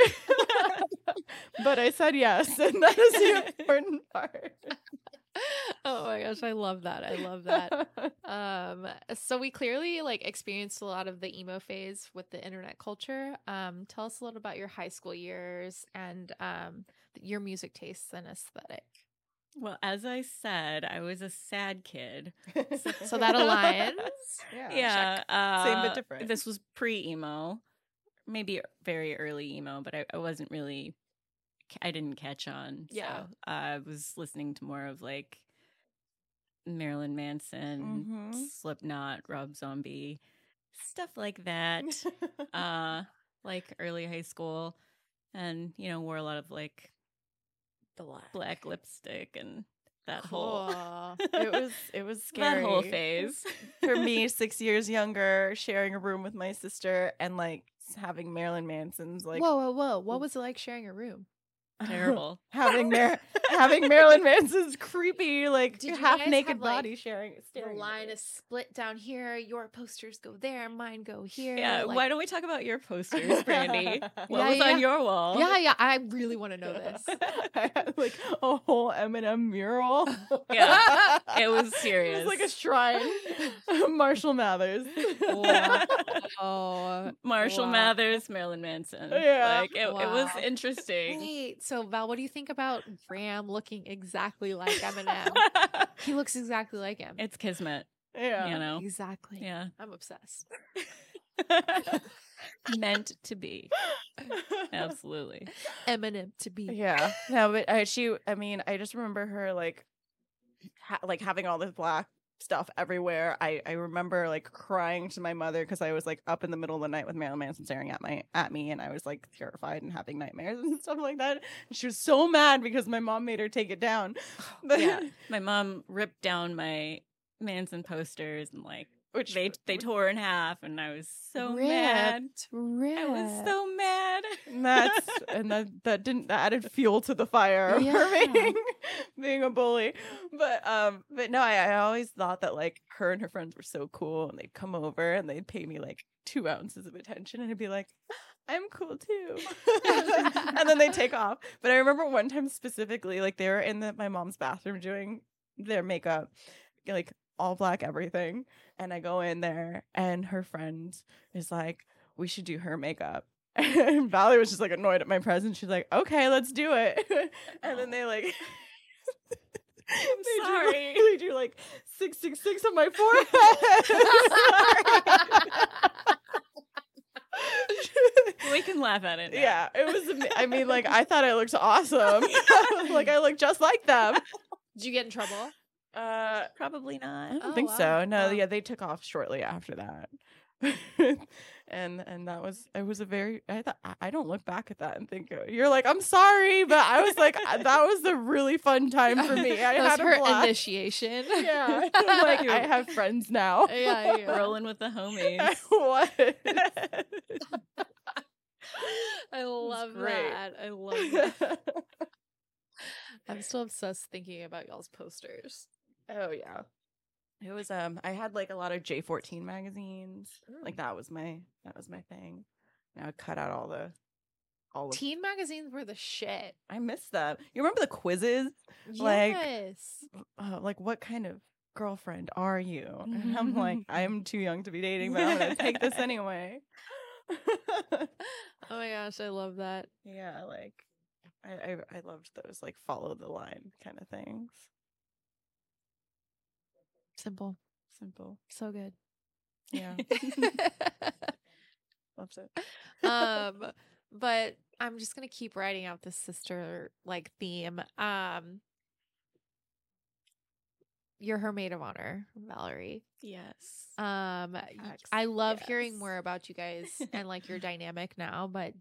B: but I said yes and that is the important part
A: oh my gosh, I love that. I love that. um so we clearly like experienced a lot of the emo phase with the internet culture um tell us a little about your high school years and um your music tastes and aesthetic
C: well, as I said, I was a sad kid.
A: so that aligns
B: yeah,
C: yeah. Uh,
B: Oh, Same but different.
C: This was pre emo, maybe very early emo, but I, I wasn't really, I didn't catch on.
A: Yeah.
C: So, uh, I was listening to more of like Marilyn Manson,
A: Mm-hmm.
B: Mhm.
C: Slipknot, Rob Zombie, stuff like that. uh, like early high school, and you know wore a lot of like
B: Black.
C: black lipstick and that whole
A: Cool.
B: It was it was
C: that
B: scary.
C: whole phase
B: for me, six years younger, sharing a room with my sister, and like having Marilyn Manson's like
A: whoa, whoa, whoa! What was it like sharing a room?
C: Terrible.
B: having Mar- having Marilyn Manson's creepy like
A: Did you guys
B: half naked
A: have, like,
B: body sharing.
A: The
B: staring at
A: line
B: me.
A: is split down here. Your posters go there. Mine go here.
C: Yeah.
A: like-
C: why don't we talk about your posters, Brandy? What
A: Yeah,
C: was
A: yeah.
C: on your wall?
A: Yeah, yeah. I really want to know this.
B: I had, like a whole Eminem mural.
C: Yeah, it was
B: It was like a
C: serious.
B: shrine. Marshall Mathers.
C: Wow.
A: Oh,
C: Marshall
A: Wow.
C: Mathers, Marilyn Manson.
B: Yeah.
C: Like it, it was
A: Wow.
C: interesting.
A: wait. So Val, what do you think about Graham looking exactly like Eminem? he looks exactly like him.
C: it's kismet,
B: yeah.
C: you know.
A: Exactly.
C: Yeah.
A: I'm obsessed.
C: Meant to be. Absolutely.
A: Eminem to be.
B: Yeah. No, but I, she. I mean, I just remember her like, ha- like having all this black stuff everywhere. I I remember like crying to my mother because I was like up in the middle of the night with Marilyn Manson staring at my at me, and I was like terrified and having nightmares and stuff like that. And she was so mad because my mom made her take it down. But
C: Yeah. My mom ripped down my Manson posters and like
B: which
C: they they tore in half and I was so
A: Ripped.
C: mad.
A: Rip.
C: I was so mad.
B: And that's and that that didn't that added fuel to the fire of her
A: Yeah.
B: being being a bully. But um but no, I, I always thought that like her and her friends were so cool and they'd come over and they'd pay me like two ounces of attention and I'd be like, I'm cool too. and then they take off. But I remember one time specifically, like they were in the, my mom's bathroom doing their makeup, like all black everything. And I go in there and her friend is like, we should do her makeup. And Valerie was just like annoyed at my presence. She's like, okay, let's do it. and then they like, they
C: Oh. sorry.
B: Do, they do like 666 on my forehead. Sorry.
C: we can laugh at it. now.
B: Yeah, it was. ama- I mean, like I thought I looked awesome. like I looked just like them.
A: Did you get in trouble?
B: Uh,
C: Probably
B: I
C: not.
B: don't
A: Oh,
B: think
A: wow.
B: so. No,
A: Wow.
B: yeah, they took off shortly after that. and and that was it was a very I thought I- I don't look back at that and think uh, you're like I'm sorry but I was like I- that was a really fun time for me I
A: that was
B: had
A: her
B: a blast
A: initiation.
B: yeah I'm like I have friends now
A: yeah, yeah.
C: Rolling with the homies.
B: I was.
A: I love
B: great.
A: that. I love that. I'm still obsessed thinking about y'all's posters.
B: Oh yeah. It was um I had like a lot of J fourteen magazines. Like that was my that was my thing. And I would cut out all the all of
A: Teen magazines were the shit.
B: I miss them. You remember the quizzes? Like-
A: Yes.
B: Uh, like what kind of girlfriend are you? And I'm like, I'm too young to be dating, but I'm gonna take this anyway.
A: oh my gosh, I love that.
B: yeah, like I, I I loved those like follow the line kind of things.
A: Simple.
B: Simple.
A: So good.
B: Yeah. loved it.
A: um but i'm just gonna keep writing out this sister like theme um you're her maid of honor valerie
C: yes.
A: um y-
B: Facts.
A: i love hearing
B: Yes.
A: more about you guys and like your dynamic now but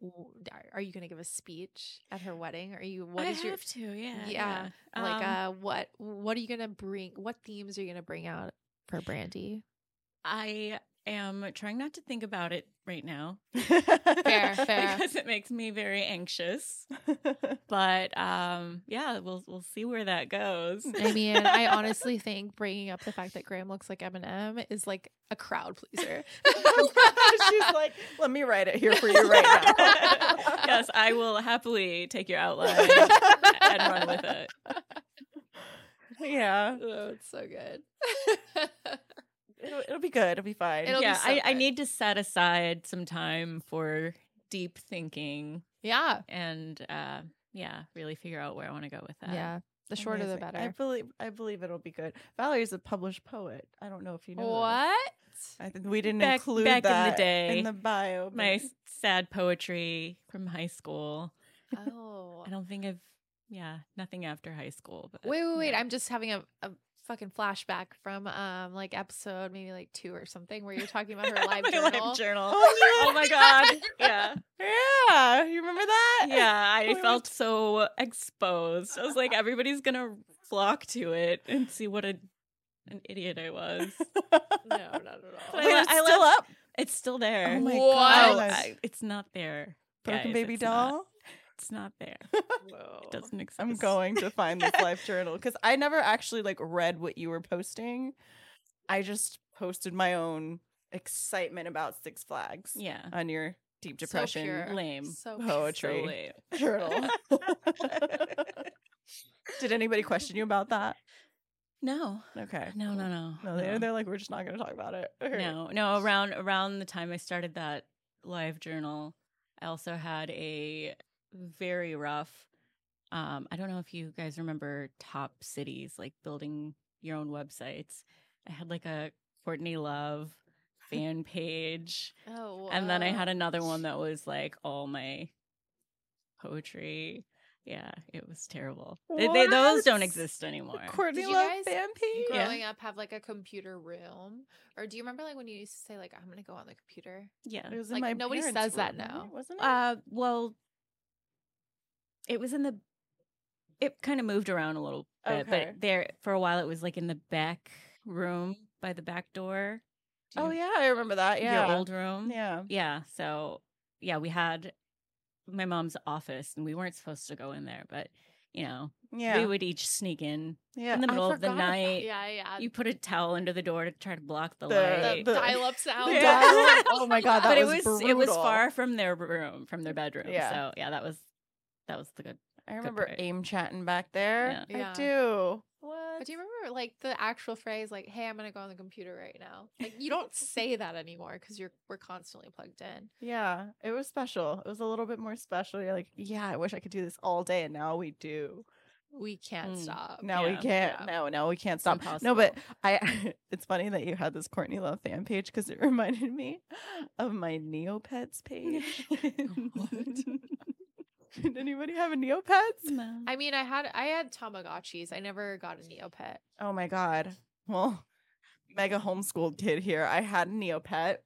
A: w- are- are you gonna give a speech at her wedding are you What
C: I
A: is
C: have
A: your
C: to, yeah.
A: Yeah, like
C: Um,
A: uh what what are you gonna bring what themes are you gonna bring out for brandy
C: I am trying not to think about it right now
A: fair fair
C: because it makes me very anxious. But um, yeah, we'll we'll see where that goes.
A: I mean, I honestly think bringing up the fact that Graham looks like Eminem is like a crowd pleaser.
B: She's like, let me write it here for you right now.
C: yes, I will happily take your outline and run with it.
B: yeah,
A: Oh, it's so good.
B: it'll, it'll be good. It'll be fine.
A: It'll- be
C: yeah,
A: so
C: I, I
A: good.
C: need to set aside some time for deep thinking
A: yeah.
C: and uh, yeah, really figure out where I want to go with that.
A: Yeah. The shorter the
B: Amazing. I
A: better.
B: believe I believe it'll be good. Valerie's a published poet. I don't know if you know. this.
A: What?
B: I think we didn't
C: Back-
B: include
C: back in the
B: that
C: day,
B: in the bio.
C: my
B: but-
C: s- sad poetry from high school.
A: Oh.
C: I don't think I've yeah, nothing after high school. But
A: Wait, wait, wait.
C: yeah.
A: I'm just having a, a fucking flashback from um like episode maybe like two or something where you're talking about her live
C: My
A: journal.
C: life journal.
B: Oh,
C: Oh my god. Yeah.
B: yeah, you remember that?
C: Yeah, I
B: Where
C: felt so exposed. I was like everybody's going to flock to it and see what a an idiot I was.
A: no, not at all.
C: But
B: Wait,
C: I
B: it's
C: I
B: still
C: left-
B: up.
C: It's still there.
B: Oh my
A: Whoa.
C: Oh,
B: gosh.
C: I- it's not there.
B: Broken
C: guys,
B: baby
C: it's not.
B: doll.
C: It's not there.
A: Whoa.
C: It doesn't exist.
B: I'm going to find this life journal because I never actually like read what you were posting. I just posted my own excitement about Six Flags
C: Yeah.
B: on your deep
A: So
B: depression
A: pure.
C: Lame.
A: So
C: So
B: poetry
C: lame.
B: journal. Did anybody question you about that?
C: No.
B: Okay.
C: No, no, no.
B: No, they're, they're like, we're just not going to talk about it. Okay.
C: No, no. Around around the time I started that live journal, I also had a very rough. Um, I don't know if you guys remember top cities, like building your own websites. I had like a Courtney Love fan page,
A: Oh,
C: and then I had another one that was like all my poetry. Yeah, it was terrible. They, they- those
B: What?
C: don't exist anymore.
B: Courtney
A: Did you
B: Love
A: guys-
B: fan page?
C: Yeah.
A: growing up have like a computer room or do you remember like when you used to say like i'm gonna go on the computer
C: yeah,
B: It was in
A: Like,
B: my
A: nobody
B: parents'
A: says that
B: room, right?
A: now.
B: Wasn't it?
C: Uh, well, it was in the. It kind of moved around a little bit,
B: Okay.
C: but there for a while it was like in the back room by the back door. Do you-
B: oh, yeah. I remember that. Yeah.
C: your old room.
B: Yeah.
C: yeah. So yeah, we had my mom's office, and we weren't supposed to go in there, but you know,
B: Yeah.
C: we would each sneak in
B: yeah.
C: in the
A: I
C: middle of the
A: forgot about-
C: night.
A: yeah yeah
C: You put a towel under the door to try to block the,
B: The- uh,
C: light.
B: the-
A: dial up sound
B: Yeah.
C: Dial-up.
B: Oh my God, that
C: but
B: was
C: it was it was
B: brutal.
C: far from their room, from their bedroom.
B: Yeah.
C: So yeah, that was that was the good.
B: I remember
C: break.
B: aim chatting back there.
A: Yeah. Yeah.
B: I do.
A: but do you remember like the actual phrase like hey i'm gonna go on the computer right now like you don't say that anymore because you're we're constantly plugged in
B: Yeah, it was special. It was a little bit more special. You're like, yeah, I wish I could do this all day, and now we do.
A: we can't
C: Mm.
A: stop
B: Now we
C: Yeah,
B: can't.
A: yeah.
B: No, now we can't stop.
C: impossible.
B: No, but I. It's funny that you had this Courtney Love fan page because it reminded me of my Neopets page. Did anybody have a Neopets?
A: i mean i had i had tamagotchis i never got a neopet
B: Oh my god. Well, mega homeschooled kid here. I had a Neopet.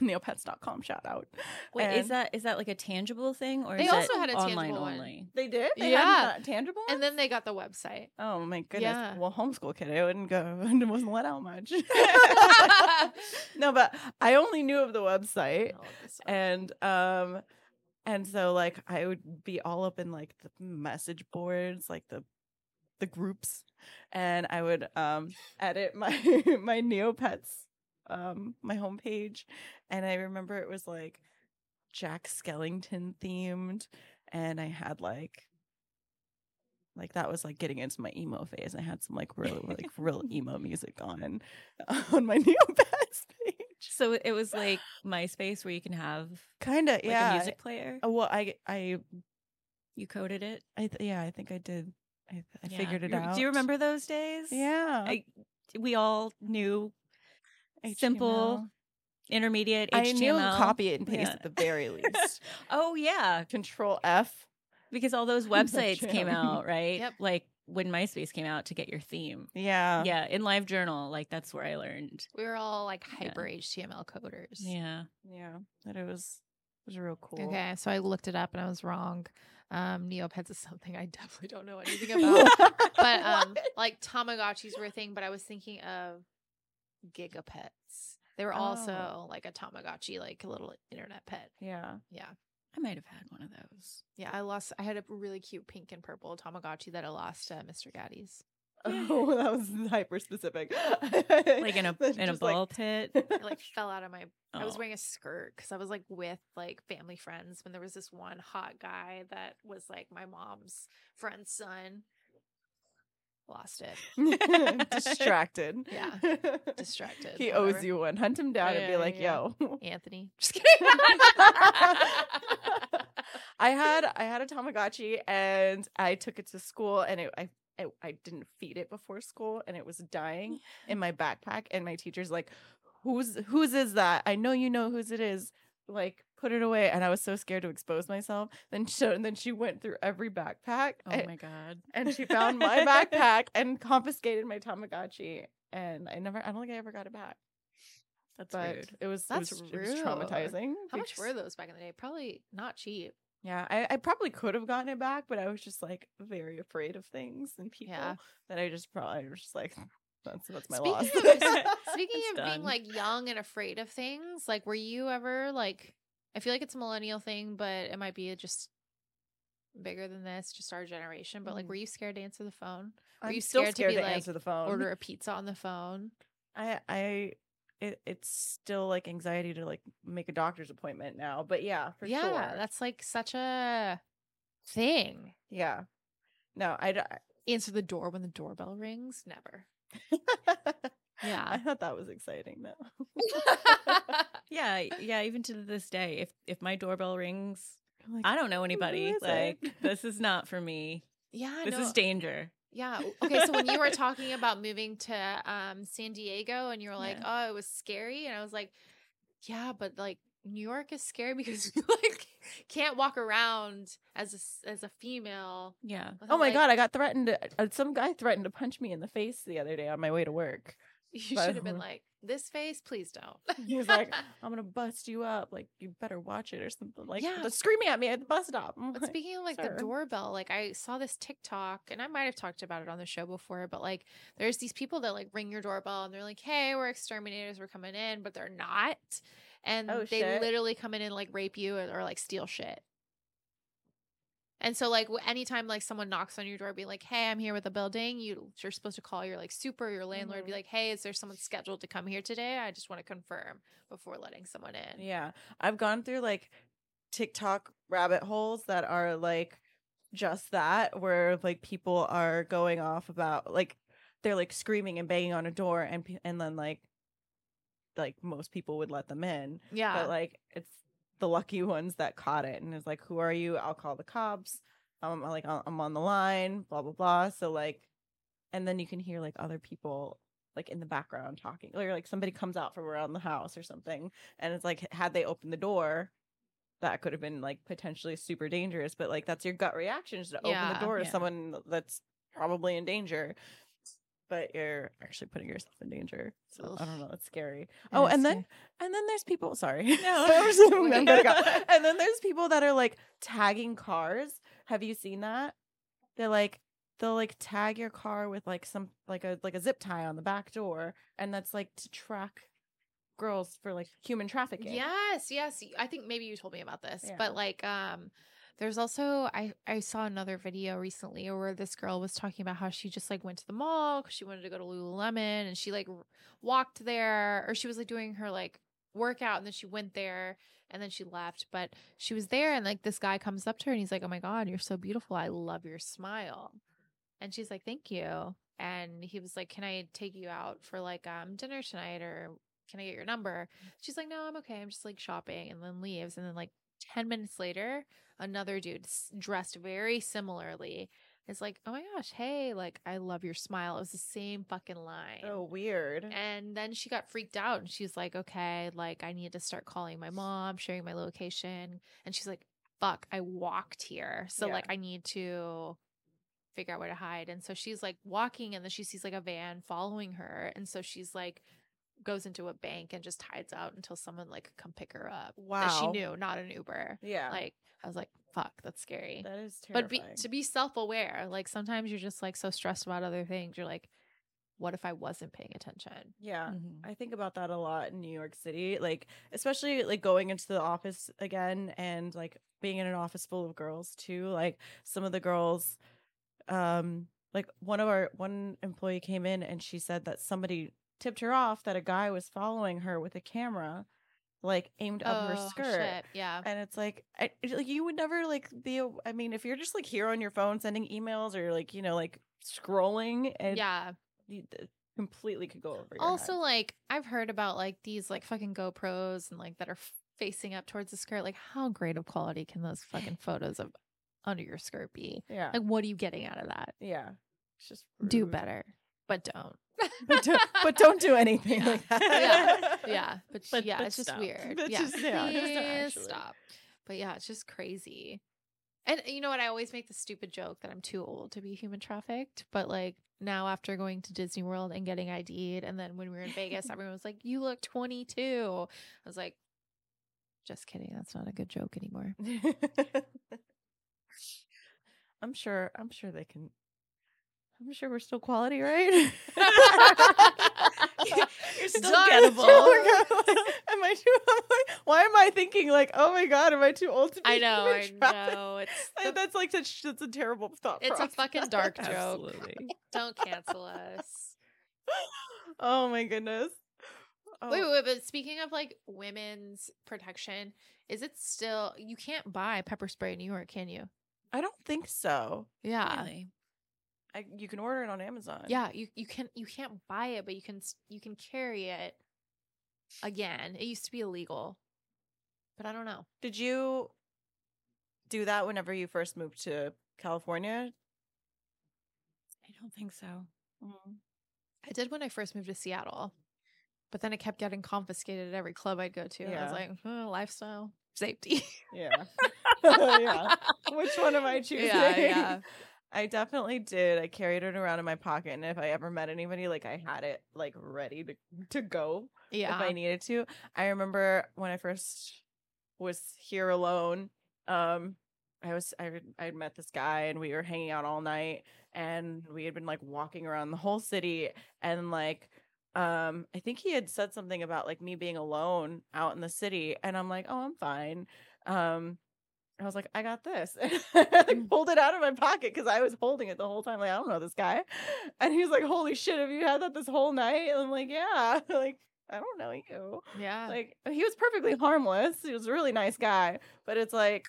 B: Neopets.com shout out.
C: Wait, is
B: And-
C: that is that like a tangible thing or
A: They
C: is it
A: also had a
C: online
A: tangible one.
C: only?
B: They did. They
A: Yeah.
B: had not tangible.
A: and then they got the website
B: Oh my goodness.
A: Yeah.
B: Well, homeschool kid, I wouldn't go and wasn't let out much. no, but I only knew of the website
A: All of this stuff.
B: and um and so like I would be all up in like the message boards, like the the groups and I would um edit my my Neopets um my homepage and I remember it was like Jack Skellington themed and I had like like that was like getting into my emo phase. I had some like real like real emo music on on my Neopets page.
C: So it was like MySpace where you can have
B: Kinda,
C: like
B: yeah.
C: a music player.
B: Uh, Well, I I
C: You coded it.
B: I th- yeah, I think I did. I, th- I
C: Yeah.
B: figured it
C: You-
B: out.
C: Do you remember those days?
B: Yeah.
C: I- we all knew simple intermediate
B: HTML. I
C: HTML.
B: knew copy it and paste
C: Yeah.
B: at the very least.
C: Oh yeah,
B: Control F.
C: because all those websites came
B: Jam.
C: out, right?
A: Yep.
C: Like when MySpace came out to get your theme.
B: Yeah.
C: yeah, in Live Journal, like that's where I learned.
A: we were all like
C: Yeah.
A: hyper html coders
C: Yeah.
B: Yeah. That it was it was real cool.
A: Okay, so I looked it up and I was wrong. Um, Neopets is something I definitely don't know anything about. but um,
B: What?
A: like Tamagotchis were a thing, but I was thinking of Gigapets. They were also like a Tamagotchi, like a little internet pet.
B: yeah.
A: Yeah,
C: I might have had one of those.
A: yeah. I lost. I had a really cute pink and purple Tamagotchi that I lost at Mr. Gaddy's.
B: Oh, that was hyper specific.
C: Like in a in a
B: Just like-
C: ball pit.
A: It like fell out of my. I was
C: Oh.
A: wearing a skirt because I was like with like family friends when there was this one hot guy that was like my mom's friend's son. Lost it.
B: distracted.
A: Yeah. Distracted.
B: He
A: whatever.
B: owes you one. Hunt him down and be
A: Yeah,
B: like,
A: yeah.
B: "Yo,
A: Anthony. Just kidding.
B: I had I had a Tamagotchi and I took it to school and it, I I I didn't feed it before school and it was dying in my backpack and my teacher's like, whose whose is that? I know you know whose it is. Like put it away, and I was so scared to expose myself. Then she, and then she went through every backpack,
C: Oh
B: and,
C: my god.
B: and she found my backpack and confiscated my Tamagotchi. And I never, I don't think I ever got it back.
C: That's
B: but
C: rude.
B: it was it was-
A: That's
B: it was
A: rude.
B: traumatizing.
A: How much
B: because-
A: were those back in the day? Probably not cheap.
B: Yeah, I, I probably could have gotten it back, but I was just like very afraid of things and people
A: Yeah.
B: that I just probably I was just like that's that's my
A: Speaking
B: loss.
A: of this- Speaking
C: It's
A: of
C: done.
A: being like young and afraid of things, like were you ever like I feel like it's a millennial thing, but it might be just bigger than this, just our generation. But like
B: Mm.
A: were you scared to answer the phone?
B: I'm
A: you
B: still
A: scared to
B: scared
A: be,
B: to
A: like,
B: answer the phone.
A: Order a pizza on the phone?
B: I I it, it's still like anxiety to like make a doctor's appointment now, but yeah, for
A: yeah,
B: sure.
A: that's like such a thing.
B: yeah. No, I, d-
A: Answer the door when the doorbell rings? Never.
B: I
A: Yeah.
B: thought that was exciting though.
C: Yeah, yeah, even to this day if if my doorbell rings,
B: Like,
C: I don't know
B: who
C: anybody.
B: is it?
C: Like this is not for me.
A: yeah,
C: This
A: no.
C: is danger.
A: Yeah. o- Okay. So when you were talking about moving to um, San Diego and you were like,
C: Yeah.
A: oh, it was scary. And I was like, yeah, but like New York is scary because you like can't walk around as a, s- as a female.
C: Yeah.
A: without,
B: Oh my
A: like-
B: god! I got threatened. To, uh, some guy threatened to punch me in the face the other day on my way to work.
A: You
B: by
A: should have been
B: her.
A: like, this face, please don't.
B: He was like, "I'm gonna bust you up. Like you better watch it or something." Like
A: Yeah.
B: they're screaming at me at the bus stop. I'm
A: But
B: like,
A: speaking of like
B: sir.
A: the doorbell, like I saw this TikTok and I might have talked about it on the show before, but like there's these people that like ring your doorbell and they're like, hey, we're exterminators, we're coming in, but they're not. And
B: Oh,
A: they
B: shit.
A: literally come in and like rape you or, or like steal shit. And so, like, wh- anytime like someone knocks on your door, be like, "Hey, I'm here with a building." You, you're supposed to call your like super, your landlord, be
B: Mhm.
A: like, "Hey, is there someone scheduled to come here today? I just want to confirm before letting someone in."
B: yeah, I've gone through like TikTok rabbit holes that are like just that, where like people are going off about like they're like screaming and banging on a door, and pe- and then like like most people would let them in,
A: yeah.
B: but like it's the lucky ones that caught it and it's like who are you i'll call the cops i'm like I'll- i'm on the line blah blah blah so like and then you can hear like other people like in the background talking or like somebody comes out from around the house or something and it's like had they opened the door that could have been like potentially super dangerous but like that's your gut reaction is to open
A: Yeah,
B: the door to
C: yeah.
B: someone that's probably in danger but you're actually putting yourself in danger so i don't
A: Oof.
B: know it's scary
C: It
B: oh
C: is
B: and then
C: scary.
B: and then there's people. Sorry.
C: No.
B: I'm just- I'm
A: Wait.
B: gonna go. And then there's people that are like tagging cars. Have you seen that? They're like they'll like tag your car with like some like a like a zip tie on the back door, and that's like to track girls for like human trafficking.
A: Yes, yes. y- I think maybe you told me about this,
B: Yeah.
A: but like, um, there's also I I saw another video recently where this girl was talking about how she just like went to the mall because she wanted to go to Lululemon and she like r- walked there or she was like doing her like workout and then she went there and then she left, but she was there and like this guy comes up to her and he's like, "Oh my god, you're so beautiful. I love your smile," and she's like, "Thank you." And he was like, "Can I take you out for like um dinner tonight or can I get your number? She's like, no, I'm okay. I'm just like shopping and then leaves. And then like 10 minutes later, another dude s- dressed very similarly is like, oh my gosh, hey, like I love your smile. It was the same fucking line.
B: Oh, weird.
A: And then she got freaked out and she's like, okay, like I need to start calling my mom, sharing my location. And she's like, fuck, I walked here. So
B: Yeah.
A: like I need to figure out where to hide. And so she's like walking and then she sees like a van following her. And so she's like, goes into a bank and just hides out until someone like come pick her up. That she
B: Wow.
A: knew, not an Uber.
B: Yeah.
A: Like I was like, fuck, that's scary.
B: that is
A: But
B: terrifying.
A: be, to be self aware, like sometimes you're just like so stressed about other things. You're like, what if I wasn't paying attention?
B: yeah.
C: Mhm.
B: I think about that a lot in New York City, like especially like going into the office again and like being in an office full of girls too. Like some of the girls um like one of our one employee came in and she said that somebody tipped her off that a guy was following her with a camera like aimed up her skirt.
A: Oh, shit. Yeah.
B: And it's like, I, it's like you would never like be. a- I mean, if you're just like here on your phone sending emails or like you know like scrolling, and
A: yeah.
B: you, it completely could go over. Your
A: Also,
B: head.
A: like I've heard about like these like fucking GoPros and like that are f- facing up towards the skirt. Like, how great of quality can those fucking photos of under your skirt be?
B: yeah,
A: Like, what are you getting out of that?
B: Yeah. It's just
A: Do
B: rude.
A: better. but don't.
B: but don't, but don't do anything
C: Yeah.
B: like that.
A: Yeah. Yeah, but, sh-
C: But-
A: yeah,
C: but
A: it's just
C: stop.
A: weird.
C: But
A: yeah,
C: just- yeah, just don't
A: Please
C: actually.
A: stop. But yeah, it's just crazy. And you know what? I always make the stupid joke that I'm too old to be human trafficked. But like now, after going to Disney World and getting ID'd, and then when we were in Vegas, everyone was like, "You look 22." I was like, "Just kidding. That's not a good joke anymore."
B: I'm sure. I'm sure they can. I'm sure we're still quality, right?
C: You're still
A: Darn.
C: gettable.
B: Oh am I too? I'm like, why am I thinking like, oh my god, am I too old to be?
A: I know. I
B: human trafficked?
A: know. It's
B: Like,
A: the-
B: that's like such. That's a terrible thought.
A: it's a
B: process.
A: fucking dark joke.
C: Absolutely.
A: Don't cancel us.
B: oh my goodness. Oh,
A: Wait, wait, but speaking of like women's protection, is it still you can't buy pepper spray in New York, can you?
B: I don't think so.
A: Yeah.
C: Really.
B: I, you can order it on Amazon.
A: Yeah, you you can you can't buy it, but you can s- you can carry it again. It used to be illegal. But I don't know.
B: Did you do that whenever you first moved to California?
C: I don't think so.
A: Mm-hmm. I did when I first moved to Seattle. But then it kept getting confiscated at every club I'd go to. and I
B: Yeah.
A: was like, "Huh, lifestyle, safety.
B: Yeah. yeah. Which one am I choosing?
A: Yeah, yeah.
B: I definitely did. I carried it around in my pocket, and if I ever met anybody, like I had it like ready to to go
A: Yeah.
B: if I needed to. I remember when I first was here alone. Um, I was I had- I had met this guy, and we were hanging out all night, and we had been like walking around the whole city, and like um i think he had said something about like me being alone out in the city and i'm like oh i'm fine um i was like i got this and
A: Mm.
B: I, like, pulled it out of my pocket because i was holding it the whole time like i don't know this guy and he was like holy shit have you had that this whole night and i'm like yeah like i don't know you
A: yeah.
B: like he was perfectly harmless he was a really nice guy but it's like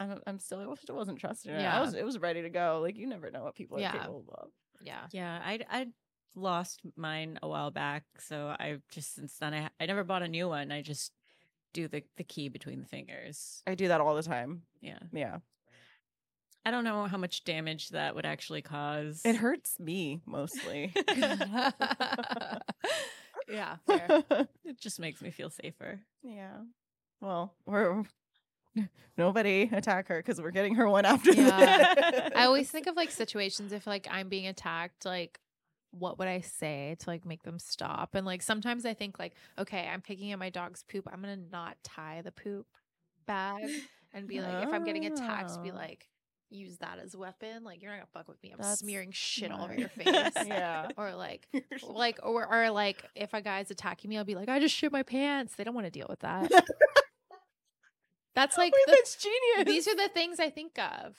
B: i'm, I'm still i still wasn't trusting it.
A: Yeah.
B: i was it was ready to go like you never know what people are
A: Yeah.
B: capable of
A: yeah.
C: Yeah, I I lost mine a while back, so I just since then I I never bought a new one. I just do the the key between the fingers.
B: i do that all the time
C: Yeah,
B: yeah
C: I don't know how much damage that would actually cause.
B: it hurts me mostly
A: yeah. Fair.
C: It just makes me feel safer.
B: yeah. Well, we're nobody attack her because we're getting her one after.
A: Yeah.
B: this.
A: I always think of like situations if like I'm being attacked, like what would I say to like make them stop? And like sometimes I think like, okay, I'm picking at my dog's poop. I'm gonna not tie the poop bag and be like, if I'm getting attacked, be
B: Oh.
A: like, use that as a weapon. Like you're not gonna fuck with me. I'm
B: That's
A: smearing shit all over
B: smart.
A: your face.
B: Yeah.
A: Or like like or or like if a guy's attacking me, I'll be like, I just shit my pants. They don't want to deal with that. That's like
B: Wait,
A: the-
B: that's genius.
A: these are the things I think of.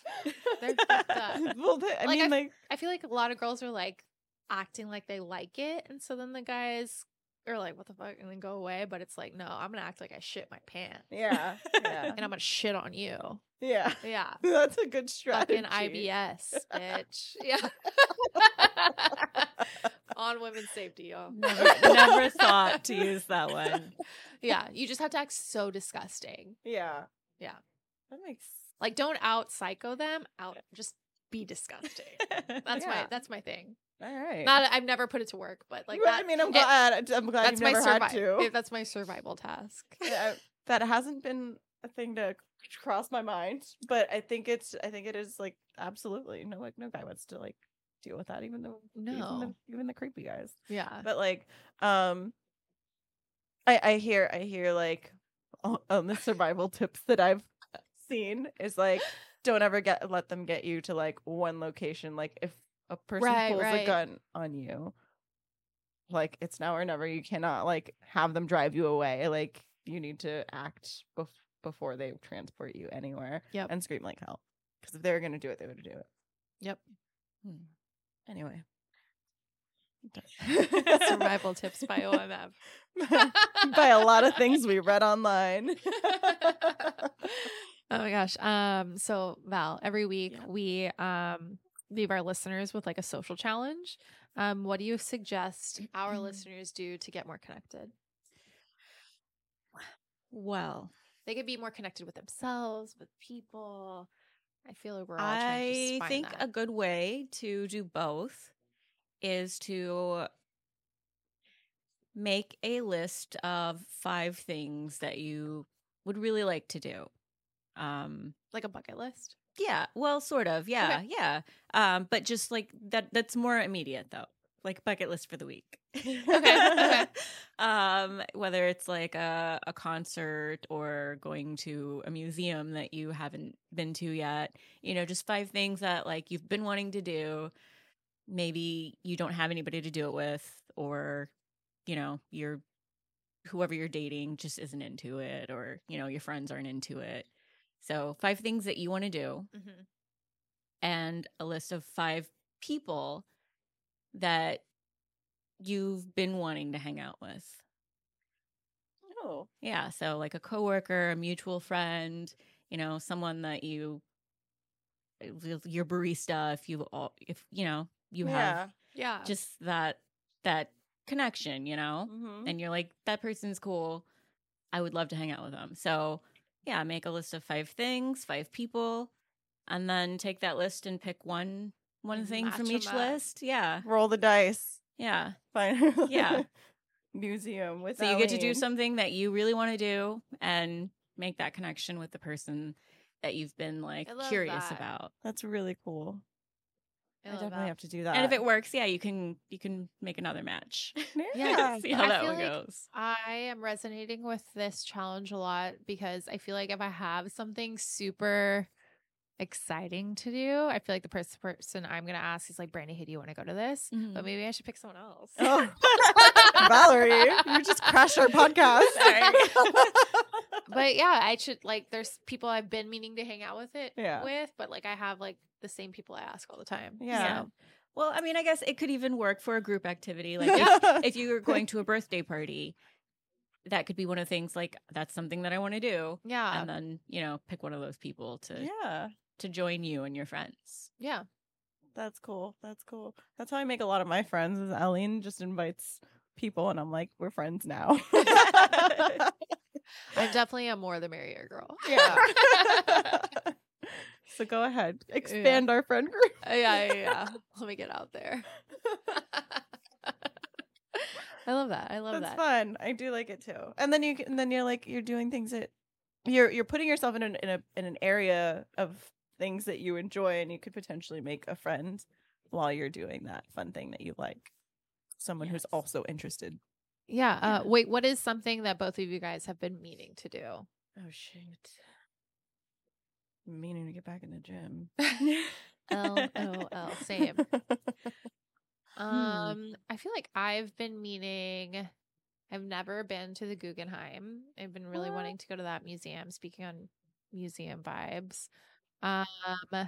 A: they're fucked up.
B: well, they, I
A: Like,
B: mean,
A: I-
B: like
A: I feel like a lot of girls are like acting like they like it, and so then the guys are like, "What the fuck?" and then go away. But it's like, no, I'm gonna act like I shit my pants,
B: yeah, yeah,
A: and I'm gonna shit on you.
B: yeah.
A: Yeah,
B: That's a good strategy.
A: fucking IBS, bitch. Yeah, on women's safety, y'all.
C: Never, never thought to use that one.
A: Yeah, you just have to act so disgusting.
B: Yeah,
A: Yeah.
B: That makes
A: Like, don't out psycho them. Out, just be disgusting. That's my
B: Yeah.
A: that's my thing.
B: all right.
A: Not I've never put it to work, but like
B: Well,
A: that.
B: I mean, I'm
A: it-
B: glad. I'm glad
A: that's my
B: you've never had
A: survival.
B: to.
A: That's my survival task.
B: Yeah, that hasn't been a thing to c- cross my mind, but I think it's I think it is like absolutely no like no guy wants to like deal with that even though even the,
A: No.
B: even the creepy guys.
A: Yeah.
B: But like um I I hear I hear like on on the survival tips that I've seen is like don't ever get let them get you to like one location like if a person
A: Right,
B: pulls
A: right.
B: a gun on you like it's now or never you cannot like have them drive you away like you need to act bef- before they transport you anywhere
A: Yep.
B: and scream like hell because if they were going to do it they would do it Hmm.
A: Yep.
B: anyway
A: Survival tips by OMF.
B: by a lot of things we read online
A: oh my gosh. Um so Val, every week
B: Yeah.
A: we um leave our listeners with like a social challenge. Um what do you suggest
B: Mm-hmm.
A: our listeners do to get more connected?
C: Well,
A: They could be more connected with themselves, with people. I feel like we're all trying to
C: I
A: just find
C: think
A: that.
C: a good way to do both is to make a list of five things that you would really like to do. Um,
A: like a bucket list.
C: yeah, well, sort of. Yeah, yeah. Um, but just like that, that's more immediate though. Like bucket list for the week. okay.
A: okay.
C: Um, whether it's like a, a concert or going to a museum that you haven't been to yet, you know, just five things that like you've been wanting to do. Maybe you don't have anybody to do it with, or you know, you're whoever you're dating just isn't into it, or you know, your friends aren't into it. So, five things that you want to do
A: hmm
B: Mm-hmm.
C: and a list of five people that you've been wanting to hang out with.
B: Oh.
C: Yeah, so like a coworker, a mutual friend, you know, someone that you your barista if you all if you know, you
B: yeah.
A: Yeah.
C: have just that that connection, you know.
A: Mm-hmm.
B: Mhm.
C: And you're like that person's cool. I would love to hang out with them. So, yeah, make a list of 5 things, 5 people, and then take that list and pick one one
A: And
C: thing from
A: Mm-hmm. match 'em
C: each
A: up.
C: list. Yeah.
B: Roll the dice.
C: Yeah.
B: Fine.
C: Yeah.
B: Museum with
C: So you get to do
B: Aline.
C: something that you really want to do and make that connection with the person that you've been like
A: I love
C: curious
A: that.
C: about.
B: That's really cool. I,
A: love
B: definitely
A: that.
B: have to do that.
C: and if it works, yeah, you can you can make another match.
A: Yeah.
C: See how
A: I
C: that
A: feel
C: one
A: like-
C: goes.
A: I am resonating with this challenge a lot because I feel like if I have something super exciting to do, I feel like the pers- person I'm going to ask is like, Brandy, hey, do you want to go to this?
C: Mm-hmm.
A: But maybe I should pick someone else.
B: Mm-hmm. Oh. Valerie, you just crashed our podcast.
A: but yeah, I should like, there's people I've been meaning to hang out with it
B: Yeah.
A: with, but like I have like the same people I ask all the time.
B: Yeah.
A: So,
C: Well, I mean, I guess it could even work for a group activity. Like if,
B: Yeah.
C: if you were going to a birthday party, that could be one of the things like that's something that I want to do.
A: yeah.
C: and then, you know, pick one of those people to
B: yeah.
C: to join you and your friends.
A: yeah.
B: That's cool. That's cool. That's how I make a lot of my friends is Aline just invites people and I'm like, we're friends now.
A: I'm definitely a more the merrier girl.
B: yeah. so go ahead. Expand our friend group.
A: Uh, yeah, yeah, yeah. Let me get out there. I love that. I love
B: That's
A: that.
B: fun. I do like it too. And then you can- and then you're like you're doing things that you're you're putting yourself in an in, a, in an area of things that you enjoy and you could potentially make a friend while you're doing that fun thing that you like. Someone who's
C: Yes.
B: also interested.
A: Yeah. Uh, wait, what is something that both of you guys have been meaning to do?
B: Oh shit. Meaning to get back in the gym.
A: L O L. Same.
B: Hmm.
A: Um, I feel like I've been meaning. I've never been to the Guggenheim. I've been really
B: What?
A: wanting to go to that museum. Speaking on museum vibes, um, I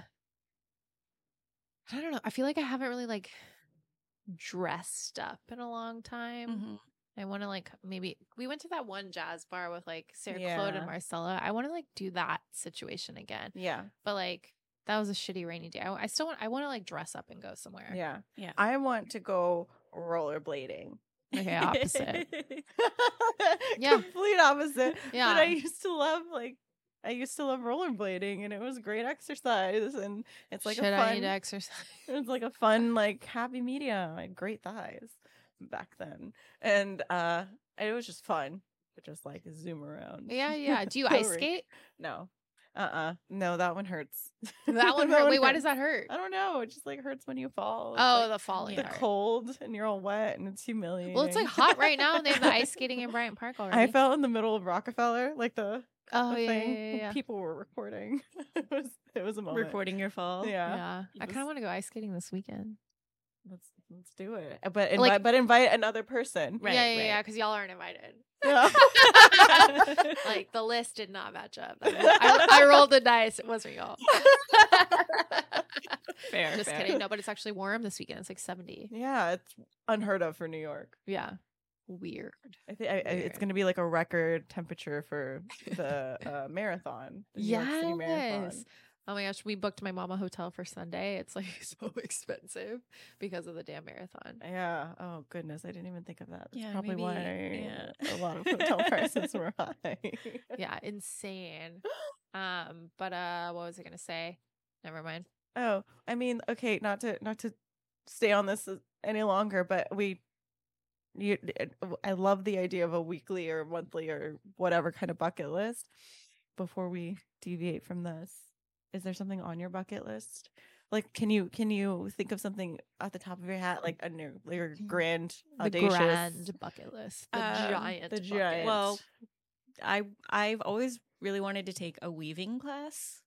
A: don't know. I feel like I haven't really like dressed up in a long time.
C: Mhm.
A: I want to like maybe we went to that one jazz bar with like Sarah Claude
B: Yeah.
A: and Marcella. I want to like do that situation again,
B: Yeah.
A: but like that was a shitty rainy day. I, I still want. I want to like dress up and go somewhere.
B: Yeah.
C: Yeah.
B: I want to go rollerblading.
A: Okay, opposite. Yeah.
B: complete opposite.
A: Yeah.
B: But I used to love like I used to love rollerblading and it was great exercise and it's like
A: Should
B: a
A: I
B: fun
A: need to exercise?
B: it was like a fun like happy medium. I had great thighs back then. And uh it was just fun to just like zoom around.
A: yeah, yeah. Do you ice
B: Sorry.
A: skate?
B: No. Uh-uh. No, that one hurts.
A: That one hurt. Wait, why does that hurt?
B: I don't know. It just like hurts when you fall. It's,
A: Oh,
B: like,
A: the falling
B: the
A: part.
B: cold and you're all wet and it's humiliating.
A: Well, it's like hot right now, and they have the ice skating in Bryant Park already.
B: I fell in the middle of Rockefeller, like the,
A: oh
B: the
A: yeah,
B: thing.
A: yeah, yeah, yeah.
B: People were recording. it was it was a moment.
C: Recording your fall.
B: Yeah.
A: Yeah. I kind
B: Just-
A: of want to go ice skating this weekend.
B: Let's let's do it. Uh, But invi-
A: Like-
B: but invite another person.
C: Right,
A: yeah, yeah,
C: right.
A: yeah. Because y'all aren't invited.
B: Yeah.
A: like the list did not match up. I, I rolled the dice. It wasn't y'all.
C: Fair.
A: Just
C: fair.
A: kidding. No, but it's actually warm this weekend. It's like 70.
B: yeah, it's unheard of for New York.
A: Yeah. Weird.
B: I think I, I, it's
A: Weird.
B: going to be like a record temperature for the uh, marathon. The New York City marathon.
A: Yes. Oh my gosh, we booked my mom a hotel for Sunday. It's like so expensive because of the damn marathon.
B: Yeah. Oh goodness, I didn't even think of that. That's
C: Yeah,
B: probably
C: maybe-
B: why
C: yeah.
B: a lot of hotel prices were high.
A: Yeah, insane. Um, but uh what was I gonna say? Never mind.
B: Oh, I mean, okay, not to not to stay on this uh, any longer, but we. You, I love the idea of a weekly or monthly or whatever kind of bucket list. Before we deviate from this, is there something on your bucket list? Like, can you can you think of something at the top of your hat, like a new, like your grand, audacious,
A: The grand bucket list. The
B: Um,
A: giant.
B: the
A: bucket.
B: giant.
C: Well, I I've always really wanted to take a weaving class,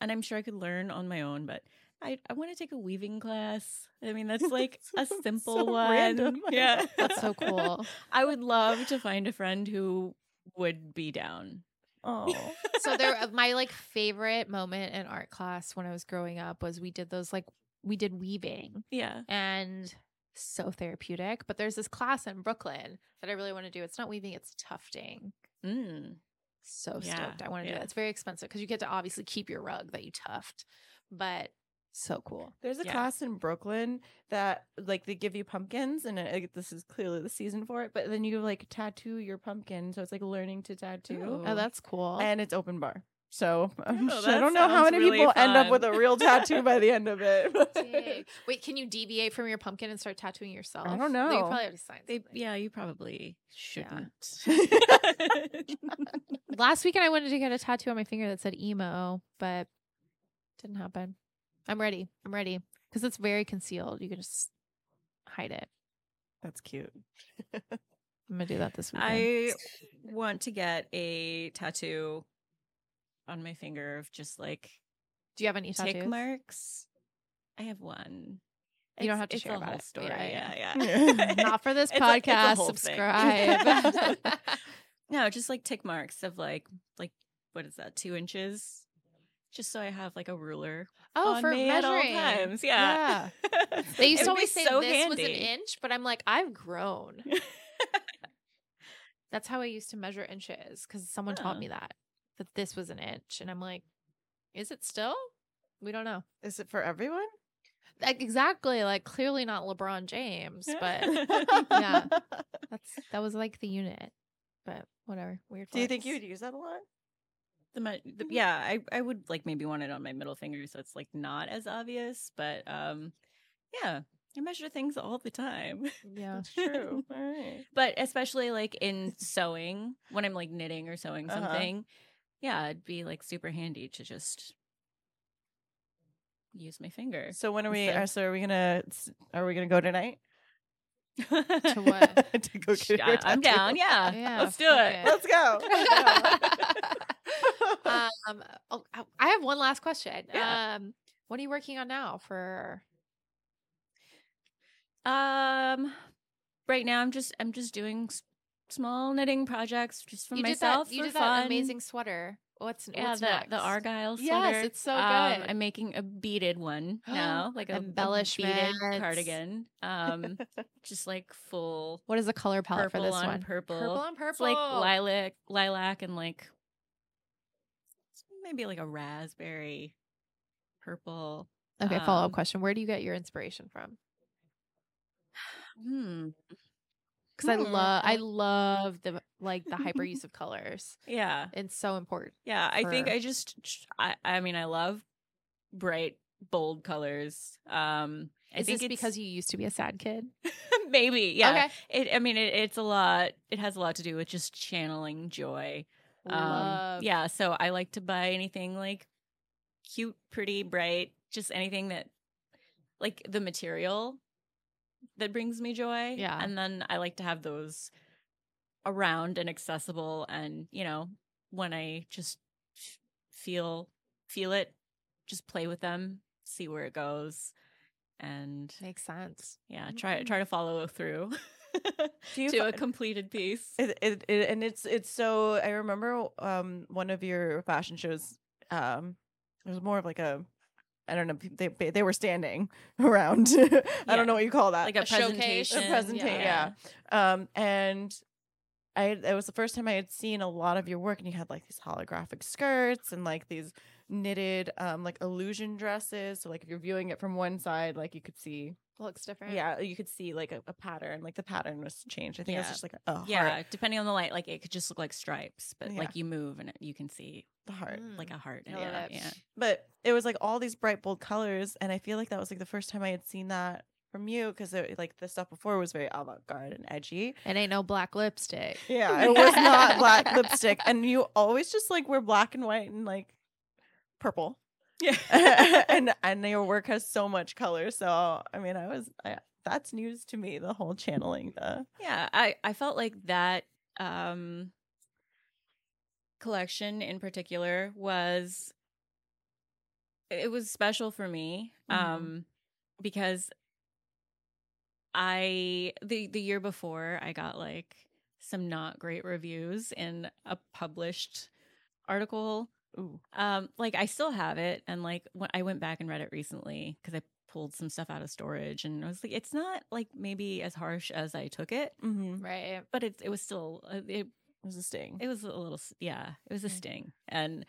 C: and I'm sure I could learn on my own, but I I want to take a weaving class. I mean, that's like a
B: So
C: simple one.
B: random.
C: Yeah,
A: that's so cool.
C: I would love to find a friend who would be down.
B: Oh,
A: so there uh, my like favorite moment in art class when I was growing up was we did those like we did weaving
C: Yeah.
A: and so therapeutic. But there's this class in Brooklyn that I really want to do. It's not weaving, it's tufting.
C: Mm.
A: So
C: Yeah,
A: stoked. I want to do
C: yeah.
A: that. It's very expensive because you get to obviously keep your rug that you tuft, but so cool.
B: There's a
C: Yeah.
B: class in Brooklyn that like they give you pumpkins, and I, this is clearly the season for it. But then you like tattoo your pumpkin, so it's like learning to tattoo,
C: Ooh.
A: Oh, that's cool.
B: and it's open bar. So I'm
C: Oh,
B: sure- I
C: that
B: don't know how
C: sounds
B: many
C: really
B: people end up
C: fun.
B: with a real tattoo by the end of it. but-
A: Dang. Wait, can you deviate from your pumpkin and start tattooing yourself?
B: I don't
A: No, You
B: know.
A: probably already signed.
C: They,
A: something.
C: yeah, you probably shouldn't.
A: Last weekend I wanted to get a tattoo on my finger that said emo, but didn't happen. I'm ready. I'm ready because it's very concealed. You can just hide it.
B: That's cute.
A: I'm gonna do that this weekend.
C: I want to get a tattoo on my finger of just like
A: do you have any tattoos?
C: tick marks. I have one.
A: You don't have to
C: it's
A: share
C: a
A: about
C: whole
A: it.
C: story.
A: Yeah,
C: Yeah, yeah.
B: yeah.
A: Mm, Not for this
C: It's a- it's a
A: podcast.
C: whole thing.
A: subscribe.
C: no, just like tick marks of like like what is that? Two inches. Just so I have like a ruler.
A: oh,
C: on
A: for
C: me at all
A: measuring.
C: times. Yeah.
A: They used
C: It
A: to
C: would be
A: always say
C: so
A: this was an
C: handy.
A: inch, but I'm like, I've grown. That's how I used to measure inches because someone taught
C: Huh.
A: me that that this was an inch, and I'm like, is it still? We don't know.
B: Is it for everyone?
A: Like exactly, like clearly not LeBron James, but Yeah. that's that was like the unit. But whatever, weird.
B: Do you think you
A: flex.
B: would use that a lot?
C: The, mu- the
A: Mm-hmm.
C: yeah, I I would like maybe want it on my middle finger so it's like not as obvious, but um yeah, I measure things all the time.
A: Yeah.
B: That's true. All right.
C: But especially like in sewing, when I'm like knitting or sewing
B: Uh-huh.
C: something, yeah, it'd be like super handy to just use my finger.
B: So when are we?
C: So-
B: Are, so are we gonna? Are we gonna go tonight?
A: To what?
B: to go get
C: I,
B: your
C: am
B: tattoo.
C: down. Yeah.
A: Yeah,
C: Let's do
A: fuck
C: it.
A: it.
B: Let's go.
A: um, oh, I have one last question.
C: Yeah.
A: Um, what are you working on now for?
C: Um, right now I'm just I'm just doing s- small knitting projects just for
A: you
C: myself.
A: did that. You
C: for
A: did
C: fun.
A: that amazing sweater. What's
C: Yeah,
A: what's
C: the
A: next?
C: the argyle sweater.
A: Yes, it's so
C: Um,
A: good.
C: I'm making a beaded one now, like a a beaded
A: Embellishments.
C: cardigan. Um, just like full
A: What is the color palette for
C: purple
A: this
C: on
A: one?
C: purple.
A: Purple on purple.
C: It's like lilac, lilac, and like maybe like a raspberry purple.
A: Okay, follow
C: um,
A: up question. Where do you get your inspiration from?
C: Hmm.
A: Because I
C: Hmm.
A: love I love the like the hyper use of colors.
C: Yeah.
A: It's so important.
C: Yeah, I think
A: for-
C: I just ch- I I mean I love bright bold colors. Um I
A: Is
C: think
A: this because you used to be a sad kid?
C: maybe yeah.
A: Okay.
C: It I mean it, it's a lot. It has a lot to do with just channeling joy. Um,
A: Love.
C: yeah, so I like to buy anything like cute, pretty, bright, just anything that like the material that brings me joy.
A: Yeah.
C: and then I like to have those around and accessible, and you know when I just f- feel feel it, just play with them, see where it goes, and
A: Makes sense.
C: yeah, try try to follow through
B: Do you
C: to
B: fi-
C: a completed piece.
B: it, it, it, and it's it's so I remember um one of your fashion shows um it was more of like a I don't know they they- they were standing around I
C: Yeah.
B: don't know what you call that
C: Like a,
A: A showcase.
C: presentation,
A: A
B: presentation yeah.
C: yeah.
B: um and I it was the first time I had seen a lot of your work and you had like these holographic skirts and like these knitted um like illusion dresses so like if you're viewing it from one side like you could see
A: Looks different.
B: yeah you could see like a, a pattern like the pattern was changed I think it was
C: Yeah.
B: just like a heart,
C: Yeah, depending on the light, like it could just look like stripes, but
B: Yeah.
C: like you move and it, you can see
B: the heart
A: Mm.
C: like a heart.
A: I
C: And
A: love
C: yeah,
A: it.
C: yeah.
B: but it was like all these bright bold colors and i feel like that was like the first time i had seen that from you because like the stuff before was very avant-garde and edgy.
A: It ain't no black lipstick.
B: Yeah, it was not black lipstick, and you always just like were black and white and like purple.
C: Yeah.
B: and and your work has so much color. So I mean, I was I, that's news to me. The whole channeling the
C: yeah, I I felt like that um collection in particular was it was special for me
B: Mhm.
C: um because I the the year before I got like some not great reviews in a published article
B: ooh
C: um like i still have it and like when i went back and read it recently because i pulled some stuff out of storage and i was like it's not like maybe as harsh as i took it
B: mm-hmm.
A: Right.
C: but it, it was still uh, it,
B: was a sting.
C: it was a little s- yeah it was a
A: Mm.
C: sting and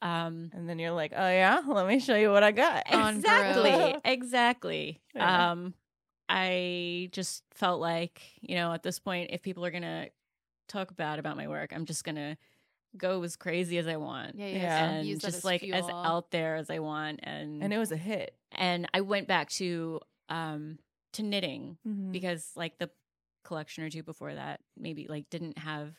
C: um
B: and then you're like, oh yeah, let me show you what I got.
A: On
C: exactly
B: Bro.
C: exactly
B: Yeah.
C: um i just felt like you know at this point if people are gonna talk bad about my work i'm just gonna go as crazy as i want
A: Yeah.
B: Yeah.
A: Yeah.
C: and
A: use that
C: just like as
A: fuel.
C: out there as i want and
B: and it was a hit.
C: and I went back to um to knitting
B: Mm.
A: Mm-hmm.
C: because like the collection or two before that maybe like didn't have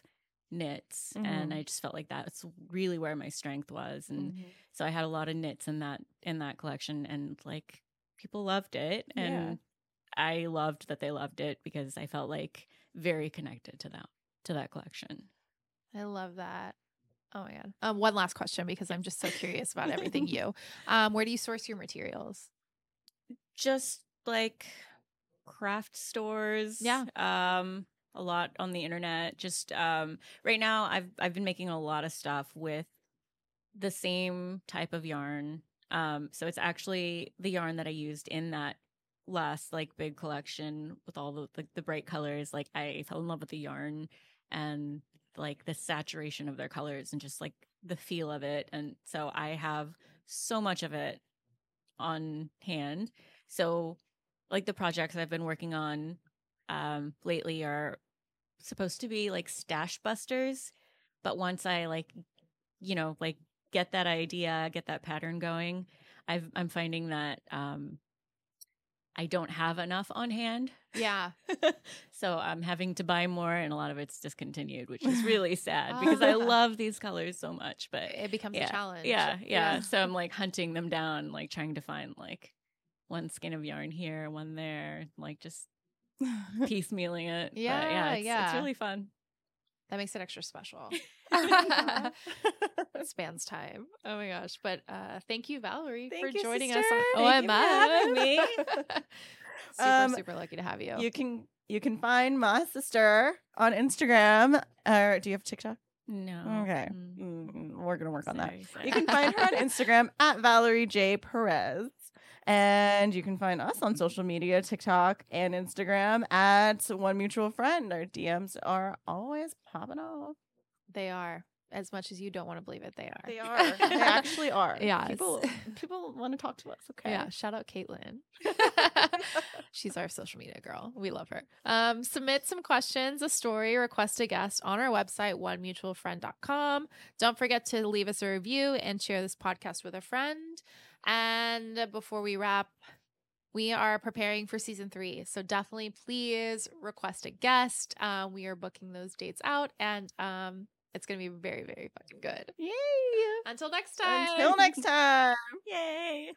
C: knits and
B: Mhm.
C: I just felt like that's really where my strength was and
B: Mhm.
C: so I had a lot of knits in that in that collection and like people loved it
B: Yeah.
C: and I loved that they loved it because I felt like very connected to that to that collection.
A: I love that. Oh my god. Um, one last question because I'm just so curious about everything you. Um, where do you source your materials?
C: just like craft stores
A: Yeah.
C: um a lot on the internet just um right now i've i've been making a lot of stuff with the same type of yarn um so it's actually the yarn that i used in that last like big collection with all the the, the bright colors like i fell in love with the yarn and like the saturation of their colors and just like the feel of it and so i have so much of it on hand. So, like the projects I've been working on um, lately are supposed to be like stash busters, but once I like, you know, like get that idea, get that pattern going, I've, I'm finding that um, I don't have enough on hand.
A: Yeah.
C: so I'm having to buy more, and a lot of it's discontinued, which is really sad because I
A: Ah.
C: love these colors so much. But
A: It becomes a challenge.
C: Uh, yeah, yeah, So I'm like hunting them down, like trying to find like one skein of yarn here, one there, like just
A: Mm-hmm.
C: piecemealing it. But,
A: Yeah,
C: yeah, it's,
A: yeah.
C: It's really fun.
A: That makes it extra special.
B: Aw.
A: Spans time. Oh my gosh. But uh thank you, Valerie,
B: Thank
A: for
B: you,
A: joining
B: sister.
A: us on
B: Thank you for having
A: OMF.
B: me.
A: super,
B: Um,
A: super lucky to have you.
B: you can you can find my sister on Instagram. Or do you have TikTok?
C: No.
B: Okay.
C: Mm.
B: Mm, we're gonna work on that.
C: Sorry, sorry.
B: You can find her on Instagram at Valerie J Perez, and you can find us on social media, TikTok and Instagram at One Mutual Friend. Our DMs are always popping off.
A: They are. As much as you don't want to believe it, they are.
B: they actually are.
A: Yes.
B: people people want to talk to us. Okay,
A: Yeah, shout out Caitlin. She's our social media girl. We love her. Um, submit some questions, a story, request a guest on our website, onemutualfriend.com. Don't forget to leave us a review and share this podcast with a friend. And before we wrap, we are preparing for season three. So definitely please request a guest. Uh, we are booking those dates out and um, it's going to be very, very fucking good.
B: yay!
A: Until next time.
B: Until next time.
C: Yay.